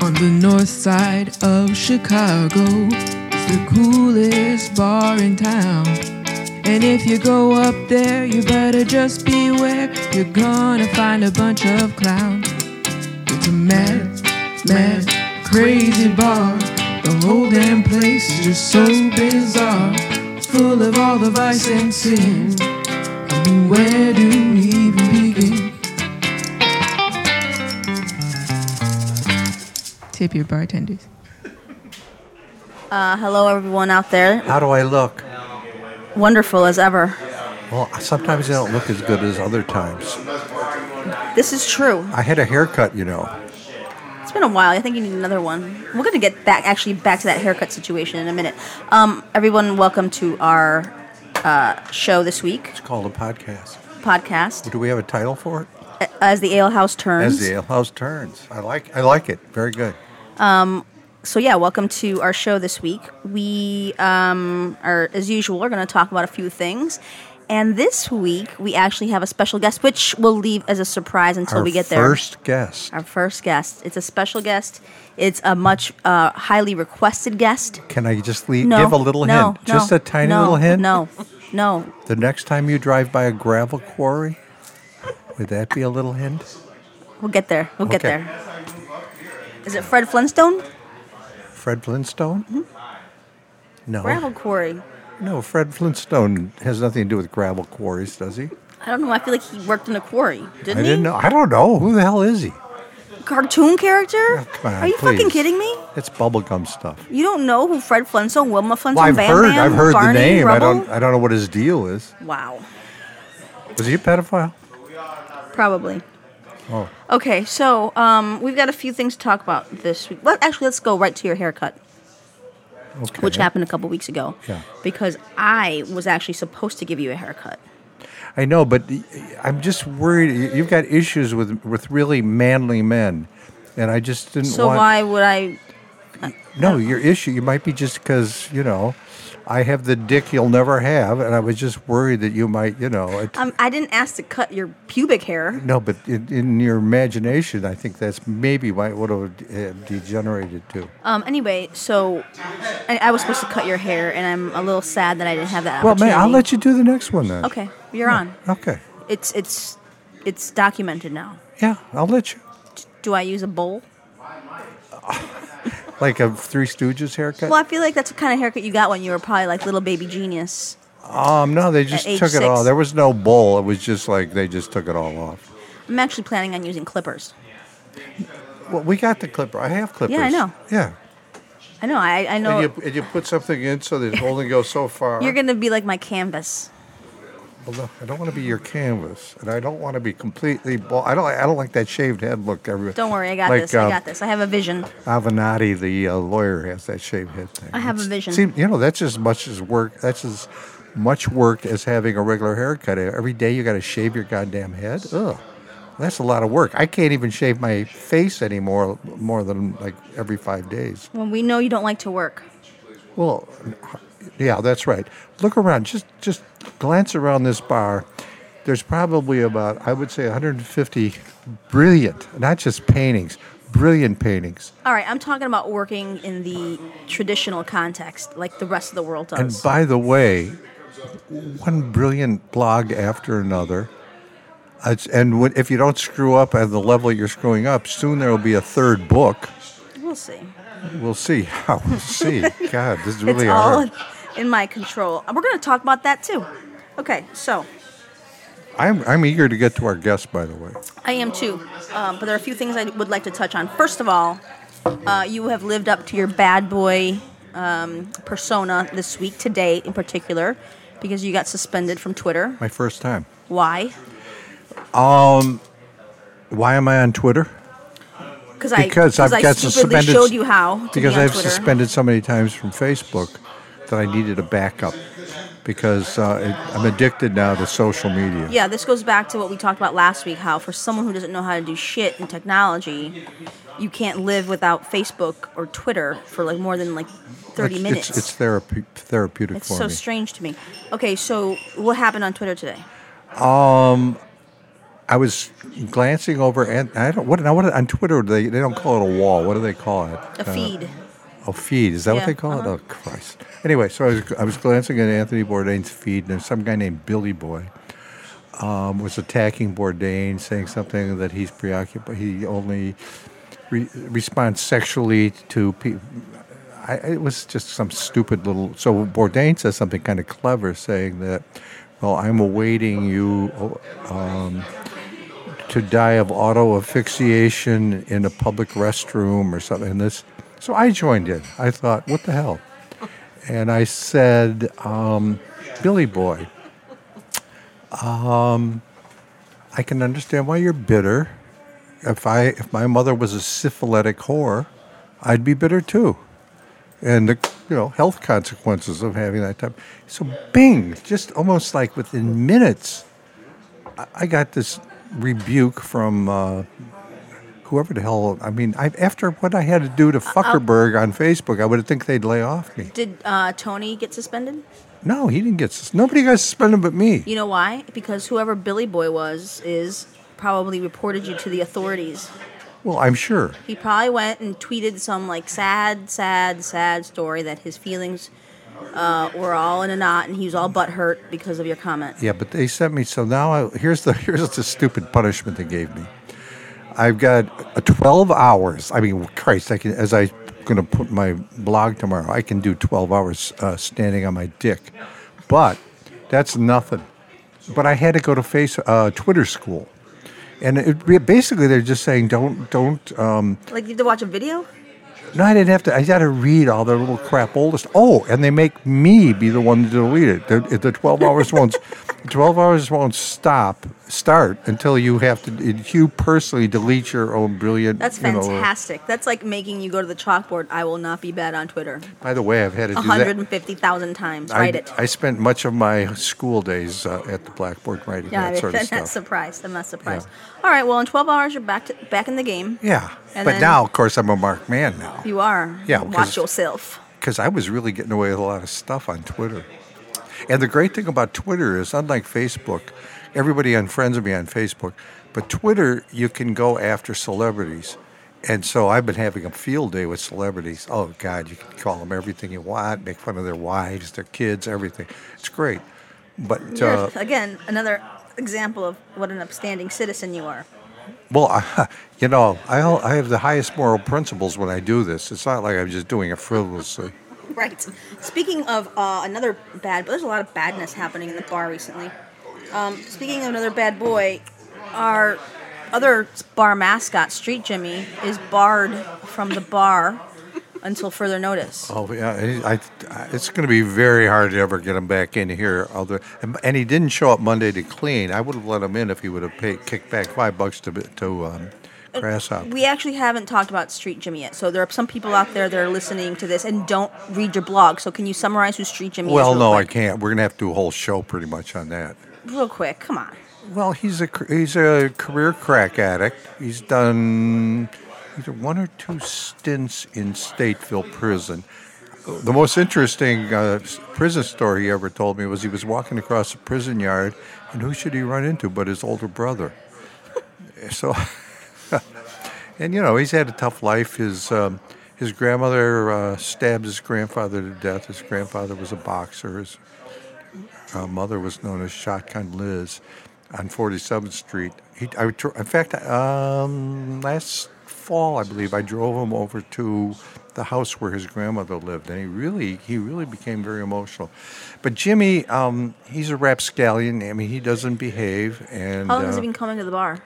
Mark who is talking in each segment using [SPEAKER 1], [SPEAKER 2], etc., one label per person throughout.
[SPEAKER 1] on the north side of Chicago. It's the coolest bar in town. And if you go up there, you better just beware. You're gonna find a bunch of clowns. It's a mad, mad, crazy bar. The whole damn place is just so bizarre. Full of all the vice and sin. I mean, where do we even begin? Tip your bartenders.
[SPEAKER 2] Uh, hello, everyone out there.
[SPEAKER 3] How do I look?
[SPEAKER 2] Wonderful as ever.
[SPEAKER 3] Well, sometimes I don't look as good as other times.
[SPEAKER 2] This is true.
[SPEAKER 3] I had a haircut, you know.
[SPEAKER 2] It's been a while. I think you need another one. We're going to get back, actually, back to that haircut situation in a minute. Um, everyone, welcome to our uh, show this week,
[SPEAKER 3] It's called a podcast.
[SPEAKER 2] podcast, uh,
[SPEAKER 3] Do we have a title for it?
[SPEAKER 2] As the Ale House Turns.
[SPEAKER 3] As the Ale House Turns. I like I like it. Very good.
[SPEAKER 2] so yeah, welcome to our show this week. We um, are, as usual, are going to talk about a few things. And this week, we actually have a special guest, which we'll leave as a surprise until
[SPEAKER 3] Our
[SPEAKER 2] we get there.
[SPEAKER 3] first guest
[SPEAKER 2] Our first guest. It's a special guest. It's a much uh, highly requested guest.
[SPEAKER 3] Can I just leave,
[SPEAKER 2] No,
[SPEAKER 3] give a little
[SPEAKER 2] no,
[SPEAKER 3] hint? just
[SPEAKER 2] no,
[SPEAKER 3] a tiny
[SPEAKER 2] no,
[SPEAKER 3] little hint?
[SPEAKER 2] No, no.
[SPEAKER 3] The next time you drive by a gravel quarry, would that be a little hint?
[SPEAKER 2] We'll get there. We'll get
[SPEAKER 3] Okay.
[SPEAKER 2] there. Is it Fred Flintstone?
[SPEAKER 3] Fred Flintstone? No.
[SPEAKER 2] Mm-hmm. Gravel quarry.
[SPEAKER 3] No, Fred Flintstone has nothing to do with gravel quarries, does he?
[SPEAKER 2] I don't know. I feel like he worked in a quarry. Didn't
[SPEAKER 3] I
[SPEAKER 2] he?
[SPEAKER 3] didn't know. I don't know. Who the hell is he?
[SPEAKER 2] Cartoon character?
[SPEAKER 3] Oh, Come on,
[SPEAKER 2] Are you fucking
[SPEAKER 3] please.
[SPEAKER 2] kidding me?
[SPEAKER 3] It's bubblegum stuff.
[SPEAKER 2] You don't know who Fred Flintstone, Wilma Flintstone,
[SPEAKER 3] Well, I've
[SPEAKER 2] Bam
[SPEAKER 3] heard,
[SPEAKER 2] Bam,
[SPEAKER 3] I've heard
[SPEAKER 2] Barney,
[SPEAKER 3] the name. I
[SPEAKER 2] Rubble?
[SPEAKER 3] don't, I don't know what his deal is.
[SPEAKER 2] Wow,
[SPEAKER 3] Was he a pedophile?
[SPEAKER 2] probably.
[SPEAKER 3] Oh,
[SPEAKER 2] Okay, so um, we've got a few things to talk about this week. Well, actually, let's go right to your haircut,
[SPEAKER 3] okay.
[SPEAKER 2] which happened a couple weeks ago.
[SPEAKER 3] Yeah.
[SPEAKER 2] Because I was actually supposed to give you a haircut.
[SPEAKER 3] I know, but I'm just worried. You- You've got issues with with really manly men, and I just didn't
[SPEAKER 2] So
[SPEAKER 3] want.
[SPEAKER 2] why would I?
[SPEAKER 3] No, your issue. You might be just because you know, I have the dick you'll never have, and I was just worried that you might, you know. It,
[SPEAKER 2] Um, I didn't ask to cut your pubic hair.
[SPEAKER 3] no, but in, in your imagination, I think that's maybe why it would have uh, degenerated to.
[SPEAKER 2] Um, anyway, so I, I was supposed to cut your hair, and I'm a little sad that I didn't have that.
[SPEAKER 3] Well, man, I'll
[SPEAKER 2] opportunity.
[SPEAKER 3] let you do the next one then.
[SPEAKER 2] Okay, you're on.
[SPEAKER 3] Okay.
[SPEAKER 2] It's it's it's documented now.
[SPEAKER 3] Yeah, I'll let you.
[SPEAKER 2] Do I use a bowl?
[SPEAKER 3] Like a Three Stooges haircut.
[SPEAKER 2] Well, I feel like that's the kind of haircut you got when you were probably like little baby genius.
[SPEAKER 3] Um, no, they just
[SPEAKER 2] age
[SPEAKER 3] took it all.
[SPEAKER 2] six?
[SPEAKER 3] There was no bowl. It was just like they just took it all off.
[SPEAKER 2] I'm actually planning on using clippers.
[SPEAKER 3] Well, we got the clipper. I have clippers.
[SPEAKER 2] Yeah, I know.
[SPEAKER 3] Yeah.
[SPEAKER 2] I know. I I know.
[SPEAKER 3] And you, and you put something in so that it only goes so far.
[SPEAKER 2] You're gonna be like my canvas.
[SPEAKER 3] Well, no, I don't want to be your canvas, and I don't want to be completely bald. I don't. I don't like that shaved head look. Every,
[SPEAKER 2] Don't worry, I got
[SPEAKER 3] like,
[SPEAKER 2] this.
[SPEAKER 3] um,
[SPEAKER 2] I got this. I have a vision.
[SPEAKER 3] Avenatti, the uh, lawyer, has that shaved head thing.
[SPEAKER 2] I have a vision.
[SPEAKER 3] See, you know, that's as much as work. That's as much work as having a regular haircut. Every day you got to shave your goddamn head. Ugh, that's a lot of work. I can't even shave my face anymore. More than like every five days.
[SPEAKER 2] When we know you don't like to work.
[SPEAKER 3] Well, yeah, that's right. Look around. Just just glance around this bar. There's probably about I would say 150 brilliant, not just paintings, brilliant paintings.
[SPEAKER 2] All right, I'm talking about working in the traditional context, like the rest of the world does.
[SPEAKER 3] And by the way, one brilliant blog after another. It's, and when, if you don't screw up at the level you're screwing up, soon there will be a third book.
[SPEAKER 2] we'll see.
[SPEAKER 3] We'll see. how we'll see. God, this
[SPEAKER 2] It's
[SPEAKER 3] is really
[SPEAKER 2] all
[SPEAKER 3] hard.
[SPEAKER 2] in my control. We're gonna talk about that too. Okay, so
[SPEAKER 3] I'm, I'm eager to get to our guest, by the way.
[SPEAKER 2] I am too, um, but there are a few things I would like to touch on. First of all, uh, you have lived up to your bad boy um, persona this week, today in particular, because you got suspended from Twitter.
[SPEAKER 3] My first time.
[SPEAKER 2] Why?
[SPEAKER 3] Why am I on Twitter?
[SPEAKER 2] Because I
[SPEAKER 3] because
[SPEAKER 2] because
[SPEAKER 3] I've
[SPEAKER 2] I
[SPEAKER 3] got
[SPEAKER 2] stupidly
[SPEAKER 3] suspended.
[SPEAKER 2] showed you how. To
[SPEAKER 3] because
[SPEAKER 2] be on
[SPEAKER 3] I've
[SPEAKER 2] Twitter.
[SPEAKER 3] suspended so many times from Facebook that I needed a backup because uh, it, I'm addicted now to social media.
[SPEAKER 2] Yeah, this goes back to what we talked about last week. How for someone who doesn't know how to do shit in technology, you can't live without Facebook or Twitter for like more than like thirty
[SPEAKER 3] it's,
[SPEAKER 2] minutes.
[SPEAKER 3] It's, it's therapy, therapeutic
[SPEAKER 2] It's
[SPEAKER 3] for
[SPEAKER 2] so
[SPEAKER 3] me.
[SPEAKER 2] strange to me. Okay, so what happened on Twitter today?
[SPEAKER 3] I was glancing over, and I don't what now. What on Twitter they they don't call it a wall. What do they call it?
[SPEAKER 2] A
[SPEAKER 3] Uh,
[SPEAKER 2] feed.
[SPEAKER 3] Oh, feed. Is that
[SPEAKER 2] Yeah,
[SPEAKER 3] what they call
[SPEAKER 2] uh-huh.
[SPEAKER 3] it? Oh, Christ. Anyway, so I was, I was glancing at Anthony Bourdain's feed, and there's some guy named Billy Boy um, was attacking Bourdain, saying something that he's preoccupied. He only re- responds sexually to people. I, it was just some stupid little. So Bourdain says something kind of clever, saying that, "Well, I'm awaiting you oh, um, to die of auto asphyxiation in a public restroom or something." And this, so I joined in. I thought, "What the hell?" And I said, um, "Billy Boy, um, I can understand why you're bitter. If I if my mother was a syphilitic whore, I'd be bitter too. And the you know health consequences of having that type. So Bing, just almost like within minutes, I, I got this rebuke from. Uh, Whoever the hell, I mean, I, after what I had to do to Fuckerberg on Facebook, I would think they'd lay off me.
[SPEAKER 2] Did uh, Tony get suspended?
[SPEAKER 3] No, he didn't get, sus- nobody got suspended but me.
[SPEAKER 2] You know why? Because whoever Billy Boy was is probably reported you to the authorities.
[SPEAKER 3] Well, I'm sure.
[SPEAKER 2] He probably went and tweeted some like sad, sad, sad story that his feelings uh, were all in a knot and he was all butthurt because of your comment.
[SPEAKER 3] Yeah, but they sent me. So now I, here's the here's the stupid punishment they gave me. I've got a 12 hours. I mean, Christ, I can as I going to put my blog tomorrow. I can do 12 hours uh, standing on my dick, but that's nothing. But I had to go to face uh, Twitter school, and it, basically they're just saying don't don't um,
[SPEAKER 2] Like, you had to watch a video?
[SPEAKER 3] no, I didn't have to. I got to read all their little crap oldest. Oh, and they make me be the one to delete it. The, the twelve hours won't, twelve hours won't stop start until you have to. You personally delete your own brilliant.
[SPEAKER 2] That's
[SPEAKER 3] you know, uh,
[SPEAKER 2] fantastic. That's like making you go to the chalkboard. I will not be bad on Twitter.
[SPEAKER 3] by the way, I've had to do that.
[SPEAKER 2] 150,000 times.
[SPEAKER 3] I,
[SPEAKER 2] Write it.
[SPEAKER 3] I spent much of my school days uh, at the blackboard writing
[SPEAKER 2] yeah,
[SPEAKER 3] that sort
[SPEAKER 2] I'm
[SPEAKER 3] of
[SPEAKER 2] not
[SPEAKER 3] stuff.
[SPEAKER 2] surprised. I'm not surprised. All right. Well, in 12 hours, you're back to, back in the game.
[SPEAKER 3] yeah,
[SPEAKER 2] And
[SPEAKER 3] but
[SPEAKER 2] then-
[SPEAKER 3] now of course I'm a marked man now
[SPEAKER 2] You are.
[SPEAKER 3] Yeah,
[SPEAKER 2] Watch
[SPEAKER 3] 'cause-
[SPEAKER 2] yourself.
[SPEAKER 3] because I was really getting away with a lot of stuff on Twitter. And the great thing about Twitter is, unlike Facebook, everybody unfriends me on Facebook, but Twitter, you can go after celebrities. And so I've been having a field day with celebrities. Oh, God, you can call them everything you want, make fun of their wives, their kids, everything. It's great. But, uh,
[SPEAKER 2] You're, again, another example of what an upstanding citizen you are.
[SPEAKER 3] well, I, you know, I, I have the highest moral principles when I do this. It's not like I'm just doing it frivolously.
[SPEAKER 2] Right. Speaking of uh, another bad, but there's a lot of badness happening in the bar recently. Um, speaking of another bad boy, our other bar mascot, Street Jimmy, is barred from the bar until further notice.
[SPEAKER 3] Oh yeah, I, I, it's going to be very hard to ever get him back in here. Other and, and he didn't show up Monday to clean. I would have let him in if he would have paid kicked back five bucks to to um, Grasshopper.
[SPEAKER 2] We actually haven't talked about Street Jimmy yet, so there are some people out there that are listening to this and don't read your blog. So can you summarize who Street Jimmy
[SPEAKER 3] Well,
[SPEAKER 2] is?
[SPEAKER 3] no, I
[SPEAKER 2] real quick?
[SPEAKER 3] can't. We're going to have to do a whole show pretty much on that.
[SPEAKER 2] Real quick, come on.
[SPEAKER 3] Well, he's a cr- he's a career crack addict. He's done either one or two stints in Stateville prison. The most interesting uh, s- prison story he ever told me was he was walking across the prison yard, and who should he run into but his older brother. So, and you know he's had a tough life. His um, his grandmother uh, stabbed his grandfather to death. His grandfather was a boxer. His uh, mother was known as Shotgun Liz on 47th Street. He, I, would dr- in fact, um, last fall, I believe, I drove him over to the house where his grandmother lived, and he really, he really became very emotional. But Jimmy, um, he's a rapscallion. I mean, he doesn't behave, and
[SPEAKER 2] How long has
[SPEAKER 3] uh,
[SPEAKER 2] he been coming to the bar?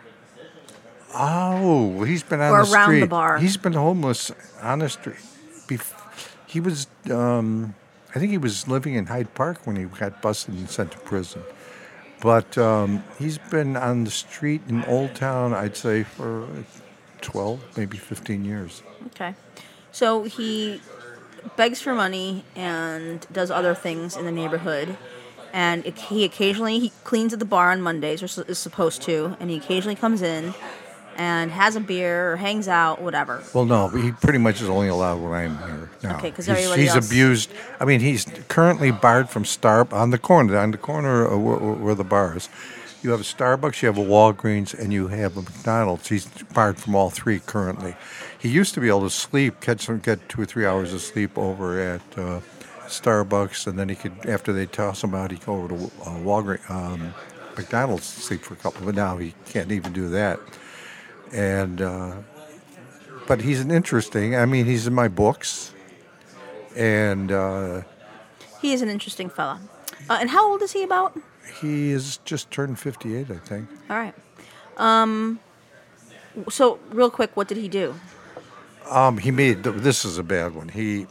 [SPEAKER 3] Oh, he's been on
[SPEAKER 2] Or
[SPEAKER 3] the
[SPEAKER 2] around the
[SPEAKER 3] street.
[SPEAKER 2] bar.
[SPEAKER 3] He's been homeless on the street. Bef- he was, um, I think he was living in Hyde Park when he got busted and sent to prison. But um, he's been on the street in Old Town, I'd say, for 12, maybe 15 years.
[SPEAKER 2] Okay. So he begs for money and does other things in the neighborhood. And it- he occasionally he cleans at the bar on Mondays, or s- is supposed to. And he occasionally comes in and has a beer or hangs out, whatever.
[SPEAKER 3] Well, no, he pretty much is only allowed when I'm here. No.
[SPEAKER 2] Okay, 'cause
[SPEAKER 3] he's,
[SPEAKER 2] everybody
[SPEAKER 3] he's
[SPEAKER 2] else-
[SPEAKER 3] abused. I mean, he's currently barred from Star on the corner, on the corner of where, where the bar is. You have a Starbucks, you have a Walgreens, and you have a McDonald's. He's barred from all three currently. He used to be able to sleep, catch some, get two or three hours of sleep over at uh, Starbucks, and then he could, after they toss him out, he'd go over to uh, Walgreens, um, McDonald's to sleep for a couple. But now he can't even do that. And uh, but he's an interesting. I mean, he's in my books, and uh,
[SPEAKER 2] He is an interesting fella. Uh, and how old is he about?
[SPEAKER 3] he is just turned fifty-eight, I think.
[SPEAKER 2] All right. Um, so, real quick, what did he do?
[SPEAKER 3] Um, he made this is a bad one. He,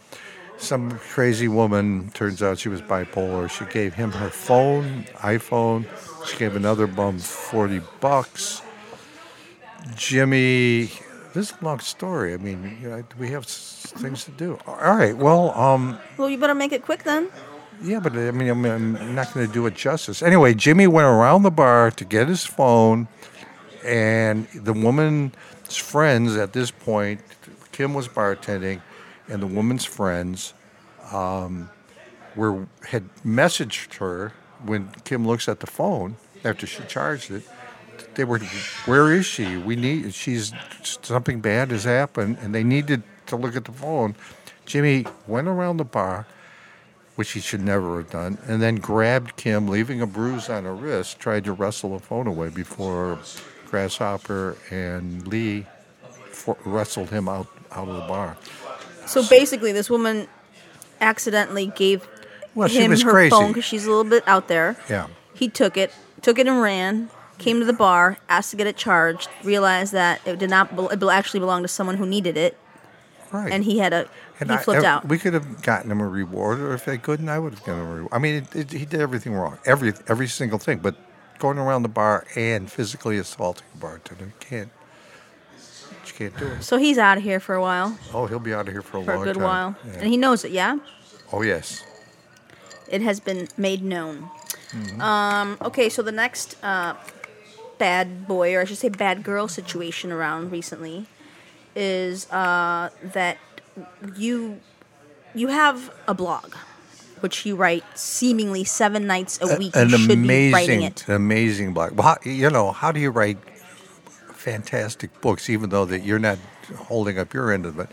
[SPEAKER 3] some crazy woman. Turns out she was bipolar. She gave him her phone, iPhone. She gave another bum forty bucks. Jimmy, this is a long story. I mean, you know, we have s- things to do. All right. Well, um,
[SPEAKER 2] Well, you better make it quick then.
[SPEAKER 3] yeah, but I mean, I'm, I'm not going to do it justice. Anyway, Jimmy went around the bar to get his phone, and the woman's friends at this point, Kim was bartending, and the woman's friends um, were had messaged her when Kim looks at the phone after she charged it. They were, where is she? We need. She's something bad has happened, and they needed to look at the phone. Jimmy went around the bar which he should never have done, and then grabbed Kim, leaving a bruise on her wrist, tried to wrestle the phone away before Grasshopper and Lee for- wrestled him out, out of the bar.
[SPEAKER 2] So basically, this woman accidentally gave
[SPEAKER 3] Well, she
[SPEAKER 2] him
[SPEAKER 3] was
[SPEAKER 2] her
[SPEAKER 3] crazy.
[SPEAKER 2] phone because she's a little bit out there.
[SPEAKER 3] Yeah.
[SPEAKER 2] He took it, took it and ran. Came to the bar, asked to get it charged, realized that it did not. Bel- it bel- actually belonged to someone who needed it,
[SPEAKER 3] Right.
[SPEAKER 2] and he had a.
[SPEAKER 3] And
[SPEAKER 2] he
[SPEAKER 3] I-
[SPEAKER 2] flipped
[SPEAKER 3] I-
[SPEAKER 2] out.
[SPEAKER 3] We could have gotten him a reward, or if they couldn't, I would have gotten him a reward. I mean, it, it, he did everything wrong, every every single thing. But going around the bar and physically assaulting a bartender, you can't, you can't do it.
[SPEAKER 2] so he's out of here for a while,
[SPEAKER 3] Oh, he'll be out of here for a
[SPEAKER 2] for a
[SPEAKER 3] long
[SPEAKER 2] good
[SPEAKER 3] time.
[SPEAKER 2] while,
[SPEAKER 3] Yeah.
[SPEAKER 2] and he knows it. Yeah.
[SPEAKER 3] oh yes.
[SPEAKER 2] it has been made known.
[SPEAKER 3] Mm-hmm.
[SPEAKER 2] Um, okay, so the next uh, bad boy, or I should say bad girl situation around recently is uh, that you you have a blog, which you write seemingly seven nights a week.
[SPEAKER 3] an
[SPEAKER 2] you should be writing
[SPEAKER 3] amazing,
[SPEAKER 2] it.
[SPEAKER 3] an amazing blog. Well, how, you know, how do you write fantastic books, even though that you're not holding up your end of it?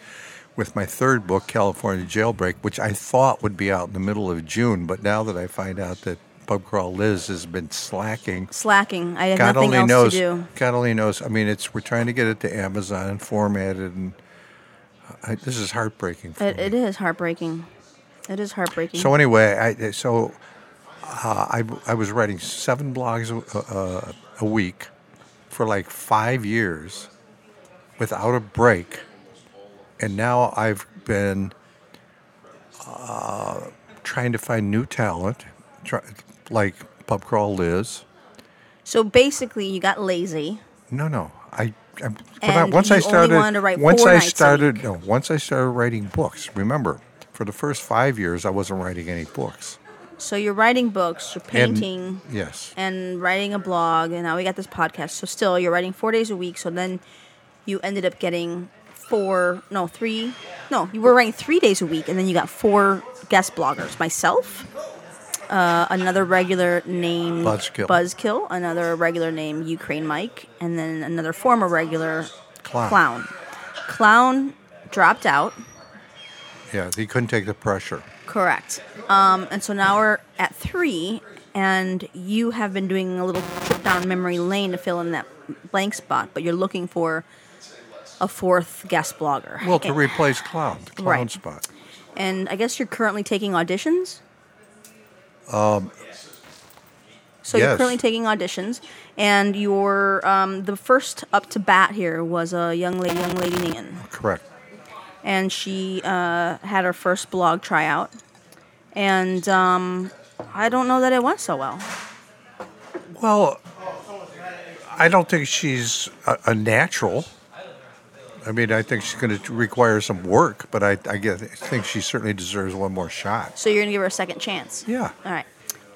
[SPEAKER 3] With my third book, California Jailbreak, which I thought would be out in the middle of June, but now that I find out that Pub Crawl Liz has been slacking,
[SPEAKER 2] Slacking. I have
[SPEAKER 3] God
[SPEAKER 2] nothing
[SPEAKER 3] only
[SPEAKER 2] else
[SPEAKER 3] knows.
[SPEAKER 2] to do.
[SPEAKER 3] God only knows. I mean, it's we're trying to get it to Amazon and formatted, and I, this is heartbreaking. For
[SPEAKER 2] It,
[SPEAKER 3] me.
[SPEAKER 2] it is heartbreaking. It is heartbreaking.
[SPEAKER 3] So anyway, I so uh, I I was writing seven blogs a, uh, a week for like five years without a break, and now I've been uh, trying to find new talent, try, like pub crawl Liz.
[SPEAKER 2] so basically, you got lazy.
[SPEAKER 3] No, no. I, I but I,
[SPEAKER 2] And
[SPEAKER 3] once
[SPEAKER 2] you
[SPEAKER 3] I
[SPEAKER 2] only
[SPEAKER 3] started
[SPEAKER 2] wanted to write
[SPEAKER 3] once
[SPEAKER 2] four
[SPEAKER 3] I
[SPEAKER 2] nights a
[SPEAKER 3] started no, once I started writing books. Remember, for the first 5 years I wasn't writing any books.
[SPEAKER 2] So you're writing books, you're
[SPEAKER 3] And-
[SPEAKER 2] painting.
[SPEAKER 3] yes.
[SPEAKER 2] and writing a blog, and now we got this podcast. So still, you're writing four days a week. So then, you ended up getting four, no, three, no, you were writing three days a week, and then you got four guest bloggers. Myself, uh, another regular named
[SPEAKER 3] Buzzkill.
[SPEAKER 2] Buzzkill, another regular named Ukraine Mike, and then another former regular
[SPEAKER 3] Clown.
[SPEAKER 2] Clown. Clown dropped out.
[SPEAKER 3] Yeah, he couldn't take the pressure.
[SPEAKER 2] Correct. Um, and so now we're at three, and you have been doing a little trip down memory lane to fill in that blank spot, but you're looking for a fourth guest blogger.
[SPEAKER 3] Well, to
[SPEAKER 2] And-
[SPEAKER 3] replace Clown, the Clown
[SPEAKER 2] Right.
[SPEAKER 3] spot.
[SPEAKER 2] And I guess you're currently taking auditions? Um, so you're
[SPEAKER 3] yes.
[SPEAKER 2] currently taking auditions, and your um, the first up to bat here was a young lady, young lady named Ian.
[SPEAKER 3] Correct.
[SPEAKER 2] and she uh, had her first blog tryout, and um, I don't know that it went so well.
[SPEAKER 3] Well, I don't think she's a, a natural. I mean, I think she's going to require some work, but I, I guess, I think she certainly deserves one more shot.
[SPEAKER 2] So you're gonna give her a second chance.
[SPEAKER 3] Yeah.
[SPEAKER 2] All right.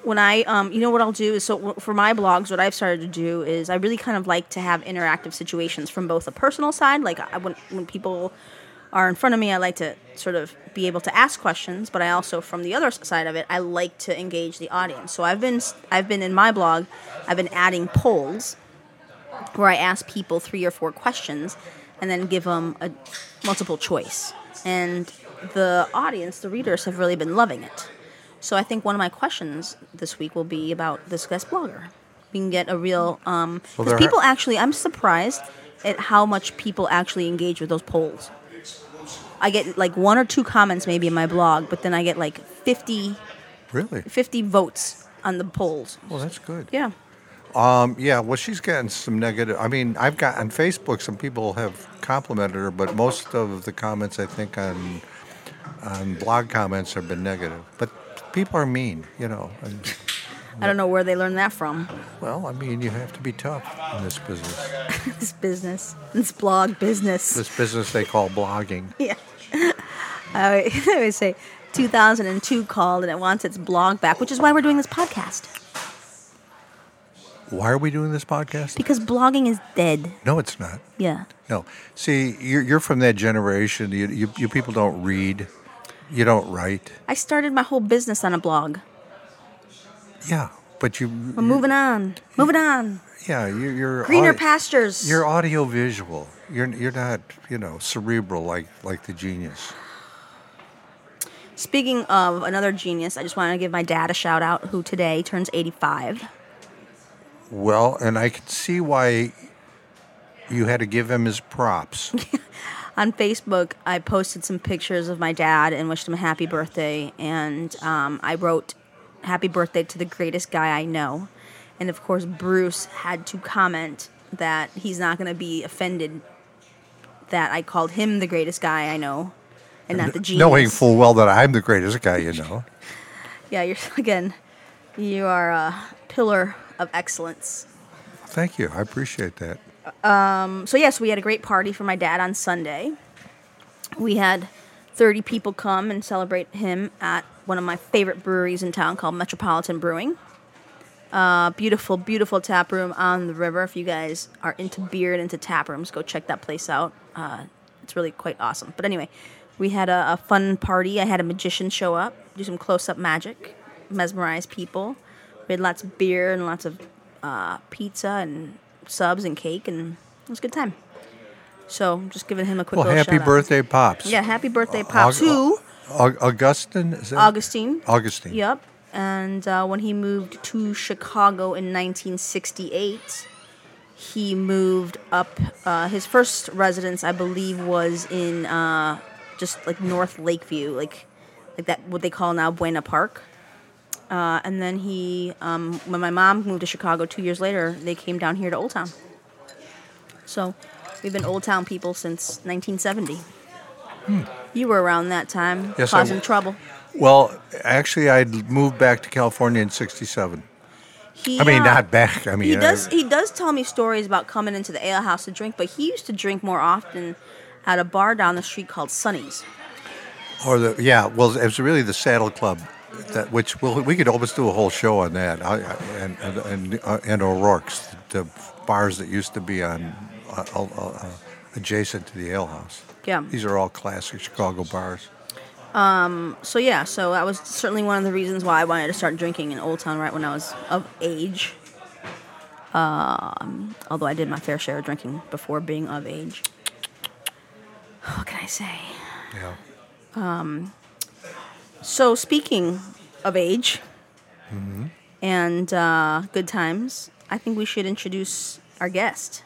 [SPEAKER 2] When I, um, you know what I'll do is so w- for my blogs, what I've started to do is I really kind of like to have interactive situations from both a personal side, like I, when when people are in front of me, I like to sort of be able to ask questions, but I also, from the other s- side of it, I like to engage the audience. So I've been, s- I've been in my blog, I've been adding polls where I ask people three or four questions and then give them a multiple choice. And the audience, the readers, have really been loving it. So I think one of my questions this week will be about this guest blogger. We can get a real um 'cause
[SPEAKER 3] Well, there are-
[SPEAKER 2] people actually I'm surprised at how much people actually engage with those polls. I get like one or two comments maybe in my blog, but then I get like 50,
[SPEAKER 3] Really?
[SPEAKER 2] 50 votes on the polls.
[SPEAKER 3] Well, that's good.
[SPEAKER 2] Yeah.
[SPEAKER 3] Um, yeah, well, she's gotten some negative. I mean, I've got on Facebook some people have complimented her, but most of the comments I think on on blog comments have been negative. But people are mean, you know. And,
[SPEAKER 2] I don't know where they learned that from.
[SPEAKER 3] well, I mean, you have to be tough in this business.
[SPEAKER 2] this business, this blog business.
[SPEAKER 3] This business they call blogging.
[SPEAKER 2] yeah. I always- I always say 2002 called and it wants its blog back, which is why we're doing this podcast.
[SPEAKER 3] Why are we doing this podcast?
[SPEAKER 2] Because blogging is dead.
[SPEAKER 3] No, it's not.
[SPEAKER 2] Yeah.
[SPEAKER 3] No. See, you're, you're from that generation. You, you, you people don't read. You don't write.
[SPEAKER 2] I started my whole business on a blog.
[SPEAKER 3] Yeah, but you.
[SPEAKER 2] We're moving on. Moving on.
[SPEAKER 3] Yeah, you, you're.
[SPEAKER 2] Greener
[SPEAKER 3] audi-
[SPEAKER 2] pastures.
[SPEAKER 3] You're audio visual. You're you're not you know cerebral like like the genius.
[SPEAKER 2] Speaking of another genius, I just want to give my dad a shout out who today turns 85.
[SPEAKER 3] Well, and I can see why you had to give him his props.
[SPEAKER 2] on Facebook, I posted some pictures of my dad and wished him a happy birthday. And um, I wrote, Happy birthday to the greatest guy I know. And of course, Bruce had to comment that he's not going to be offended that I called him the greatest guy I know and not the genius.
[SPEAKER 3] Knowing full well that I'm the greatest guy you know.
[SPEAKER 2] Yeah, you're, again, you are a pillar of excellence.
[SPEAKER 3] Thank you. I appreciate that.
[SPEAKER 2] so yes, we had a great party for my dad on Sunday. We had 30 people come and celebrate him at one of my favorite breweries in town called Metropolitan Brewing. Uh, beautiful, beautiful tap room on the river. If you guys are into beer and into tap rooms, go check that place out. Uh, it's really quite awesome. But anyway, we had a, a fun party. I had a magician show up, do some close up magic, mesmerize people. We had lots of beer and lots of uh, pizza and subs and cake, and it was a good time. So just giving him a quick
[SPEAKER 3] Well,
[SPEAKER 2] little
[SPEAKER 3] happy
[SPEAKER 2] shout out.
[SPEAKER 3] birthday, pops.
[SPEAKER 2] Yeah, happy birthday, Pop. Two,
[SPEAKER 3] Au- Augustine. Is that?
[SPEAKER 2] Augustine.
[SPEAKER 3] Augustine.
[SPEAKER 2] Yep. And uh, when he moved to Chicago in 1968, he moved up. Uh, his first residence, I believe, was in uh, just like North Lakeview, like like that what they call now Buena Park. Uh, and then he, um, when my mom moved to Chicago two years later, they came down here to Old Town. So we've been Old Town people since 1970. You were around that time,
[SPEAKER 3] Hmm. Yes, I
[SPEAKER 2] causing
[SPEAKER 3] was.
[SPEAKER 2] trouble.
[SPEAKER 3] Well, actually, I moved back to California in '67.
[SPEAKER 2] He,
[SPEAKER 3] I mean,
[SPEAKER 2] uh,
[SPEAKER 3] not back. I mean,
[SPEAKER 2] He does.
[SPEAKER 3] I-
[SPEAKER 2] He does tell me stories about coming into the ale house to drink, but he used to drink more often at a bar down the street called Sunny's.
[SPEAKER 3] uh, Or the yeah, well, it was really the Saddle Club, that which we'll, we could almost do a whole show on that, I, I- and and and, uh, and O'Rourke's, the bars that used to be on uh, uh, uh, adjacent to the ale house.
[SPEAKER 2] Yeah.
[SPEAKER 3] these are all classic Chicago bars.
[SPEAKER 2] So yeah, so that was certainly one of the reasons why I wanted to start drinking in Old Town right when I was of age. Um, although I did my fair share of drinking before being of age. What can I say?
[SPEAKER 3] Yeah,
[SPEAKER 2] So speaking of age
[SPEAKER 3] Mm-hmm.
[SPEAKER 2] and uh, good times, I think we should introduce our guest.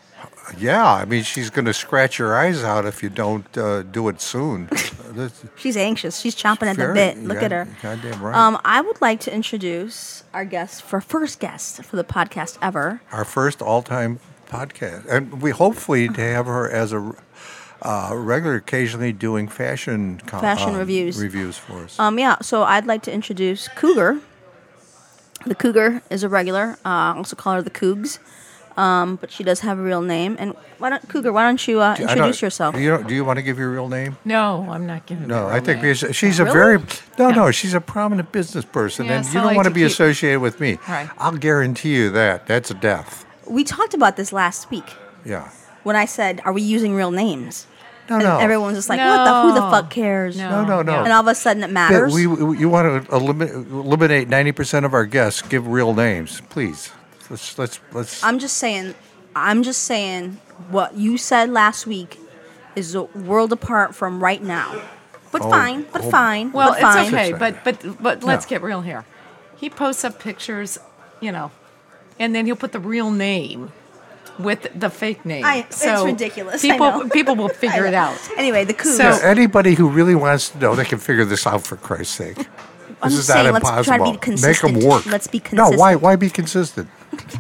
[SPEAKER 3] yeah. I mean, she's going to scratch your eyes out if you don't uh, do it soon. That's
[SPEAKER 2] She's anxious. She's chomping at the
[SPEAKER 3] very-
[SPEAKER 2] bit. Look
[SPEAKER 3] God-
[SPEAKER 2] at her.
[SPEAKER 3] Goddamn right.
[SPEAKER 2] Um, I would like to introduce our guest for first guest for the podcast ever.
[SPEAKER 3] our first all-time podcast, and we hopefully to have her as a uh, regular, occasionally doing fashion co-
[SPEAKER 2] Fashion
[SPEAKER 3] um,
[SPEAKER 2] reviews.
[SPEAKER 3] reviews for us.
[SPEAKER 2] Um, yeah. So I'd like to introduce Cougar. The Cougar is a regular. Uh, I also call her the Cougs, um, but she does have a real name. And why don't Cougar? Why don't you uh,
[SPEAKER 3] I don't-
[SPEAKER 2] introduce yourself?
[SPEAKER 3] Do you, do you want to give your real name?
[SPEAKER 1] No, I'm not giving. my
[SPEAKER 3] No, I
[SPEAKER 1] real
[SPEAKER 3] think
[SPEAKER 1] name.
[SPEAKER 3] because she's a very no, no. She's a prominent business person, and
[SPEAKER 1] Yes,
[SPEAKER 3] you
[SPEAKER 1] I
[SPEAKER 3] don't
[SPEAKER 1] like
[SPEAKER 3] want to
[SPEAKER 1] to
[SPEAKER 3] be
[SPEAKER 1] keep-
[SPEAKER 3] associated with me.
[SPEAKER 1] Right.
[SPEAKER 3] I'll guarantee you that. That's a death.
[SPEAKER 2] We talked about this last week
[SPEAKER 3] Yeah.
[SPEAKER 2] when I said, "Are we using real names?"
[SPEAKER 3] No,
[SPEAKER 2] and
[SPEAKER 3] no.
[SPEAKER 2] everyone's just like, what the, who the
[SPEAKER 4] No.
[SPEAKER 2] fuck cares?
[SPEAKER 4] No.
[SPEAKER 3] no, no, no.
[SPEAKER 2] And all of a sudden it
[SPEAKER 3] Yeah,
[SPEAKER 2] matters.
[SPEAKER 3] we, we- you want to eliminate eliminate ninety percent of our guests. Give real names, please. Let's let's let's.
[SPEAKER 2] I'm just saying, I'm just saying what you said last week is a world apart from right now. But
[SPEAKER 3] Oh,
[SPEAKER 2] fine, but
[SPEAKER 3] oh.
[SPEAKER 2] fine,
[SPEAKER 4] Well,
[SPEAKER 2] but fine.
[SPEAKER 4] it's okay,
[SPEAKER 3] Six
[SPEAKER 4] but but but let's
[SPEAKER 3] No.
[SPEAKER 4] get real here. He posts up pictures, you know, and then he'll put the real name with the fake name.
[SPEAKER 2] I- it's ridiculous, I
[SPEAKER 4] People
[SPEAKER 2] know.
[SPEAKER 4] people will figure it out.
[SPEAKER 2] Anyway, the coup.
[SPEAKER 4] So-
[SPEAKER 3] Anybody who really wants to know, they can figure this out for Christ's sake. This
[SPEAKER 2] I'm
[SPEAKER 3] is
[SPEAKER 2] just
[SPEAKER 3] not
[SPEAKER 2] saying, let's try to be
[SPEAKER 3] impossible. Make
[SPEAKER 2] consistent.
[SPEAKER 3] them work.
[SPEAKER 2] Let's be
[SPEAKER 3] No, why?
[SPEAKER 2] consistent.
[SPEAKER 3] Why be consistent?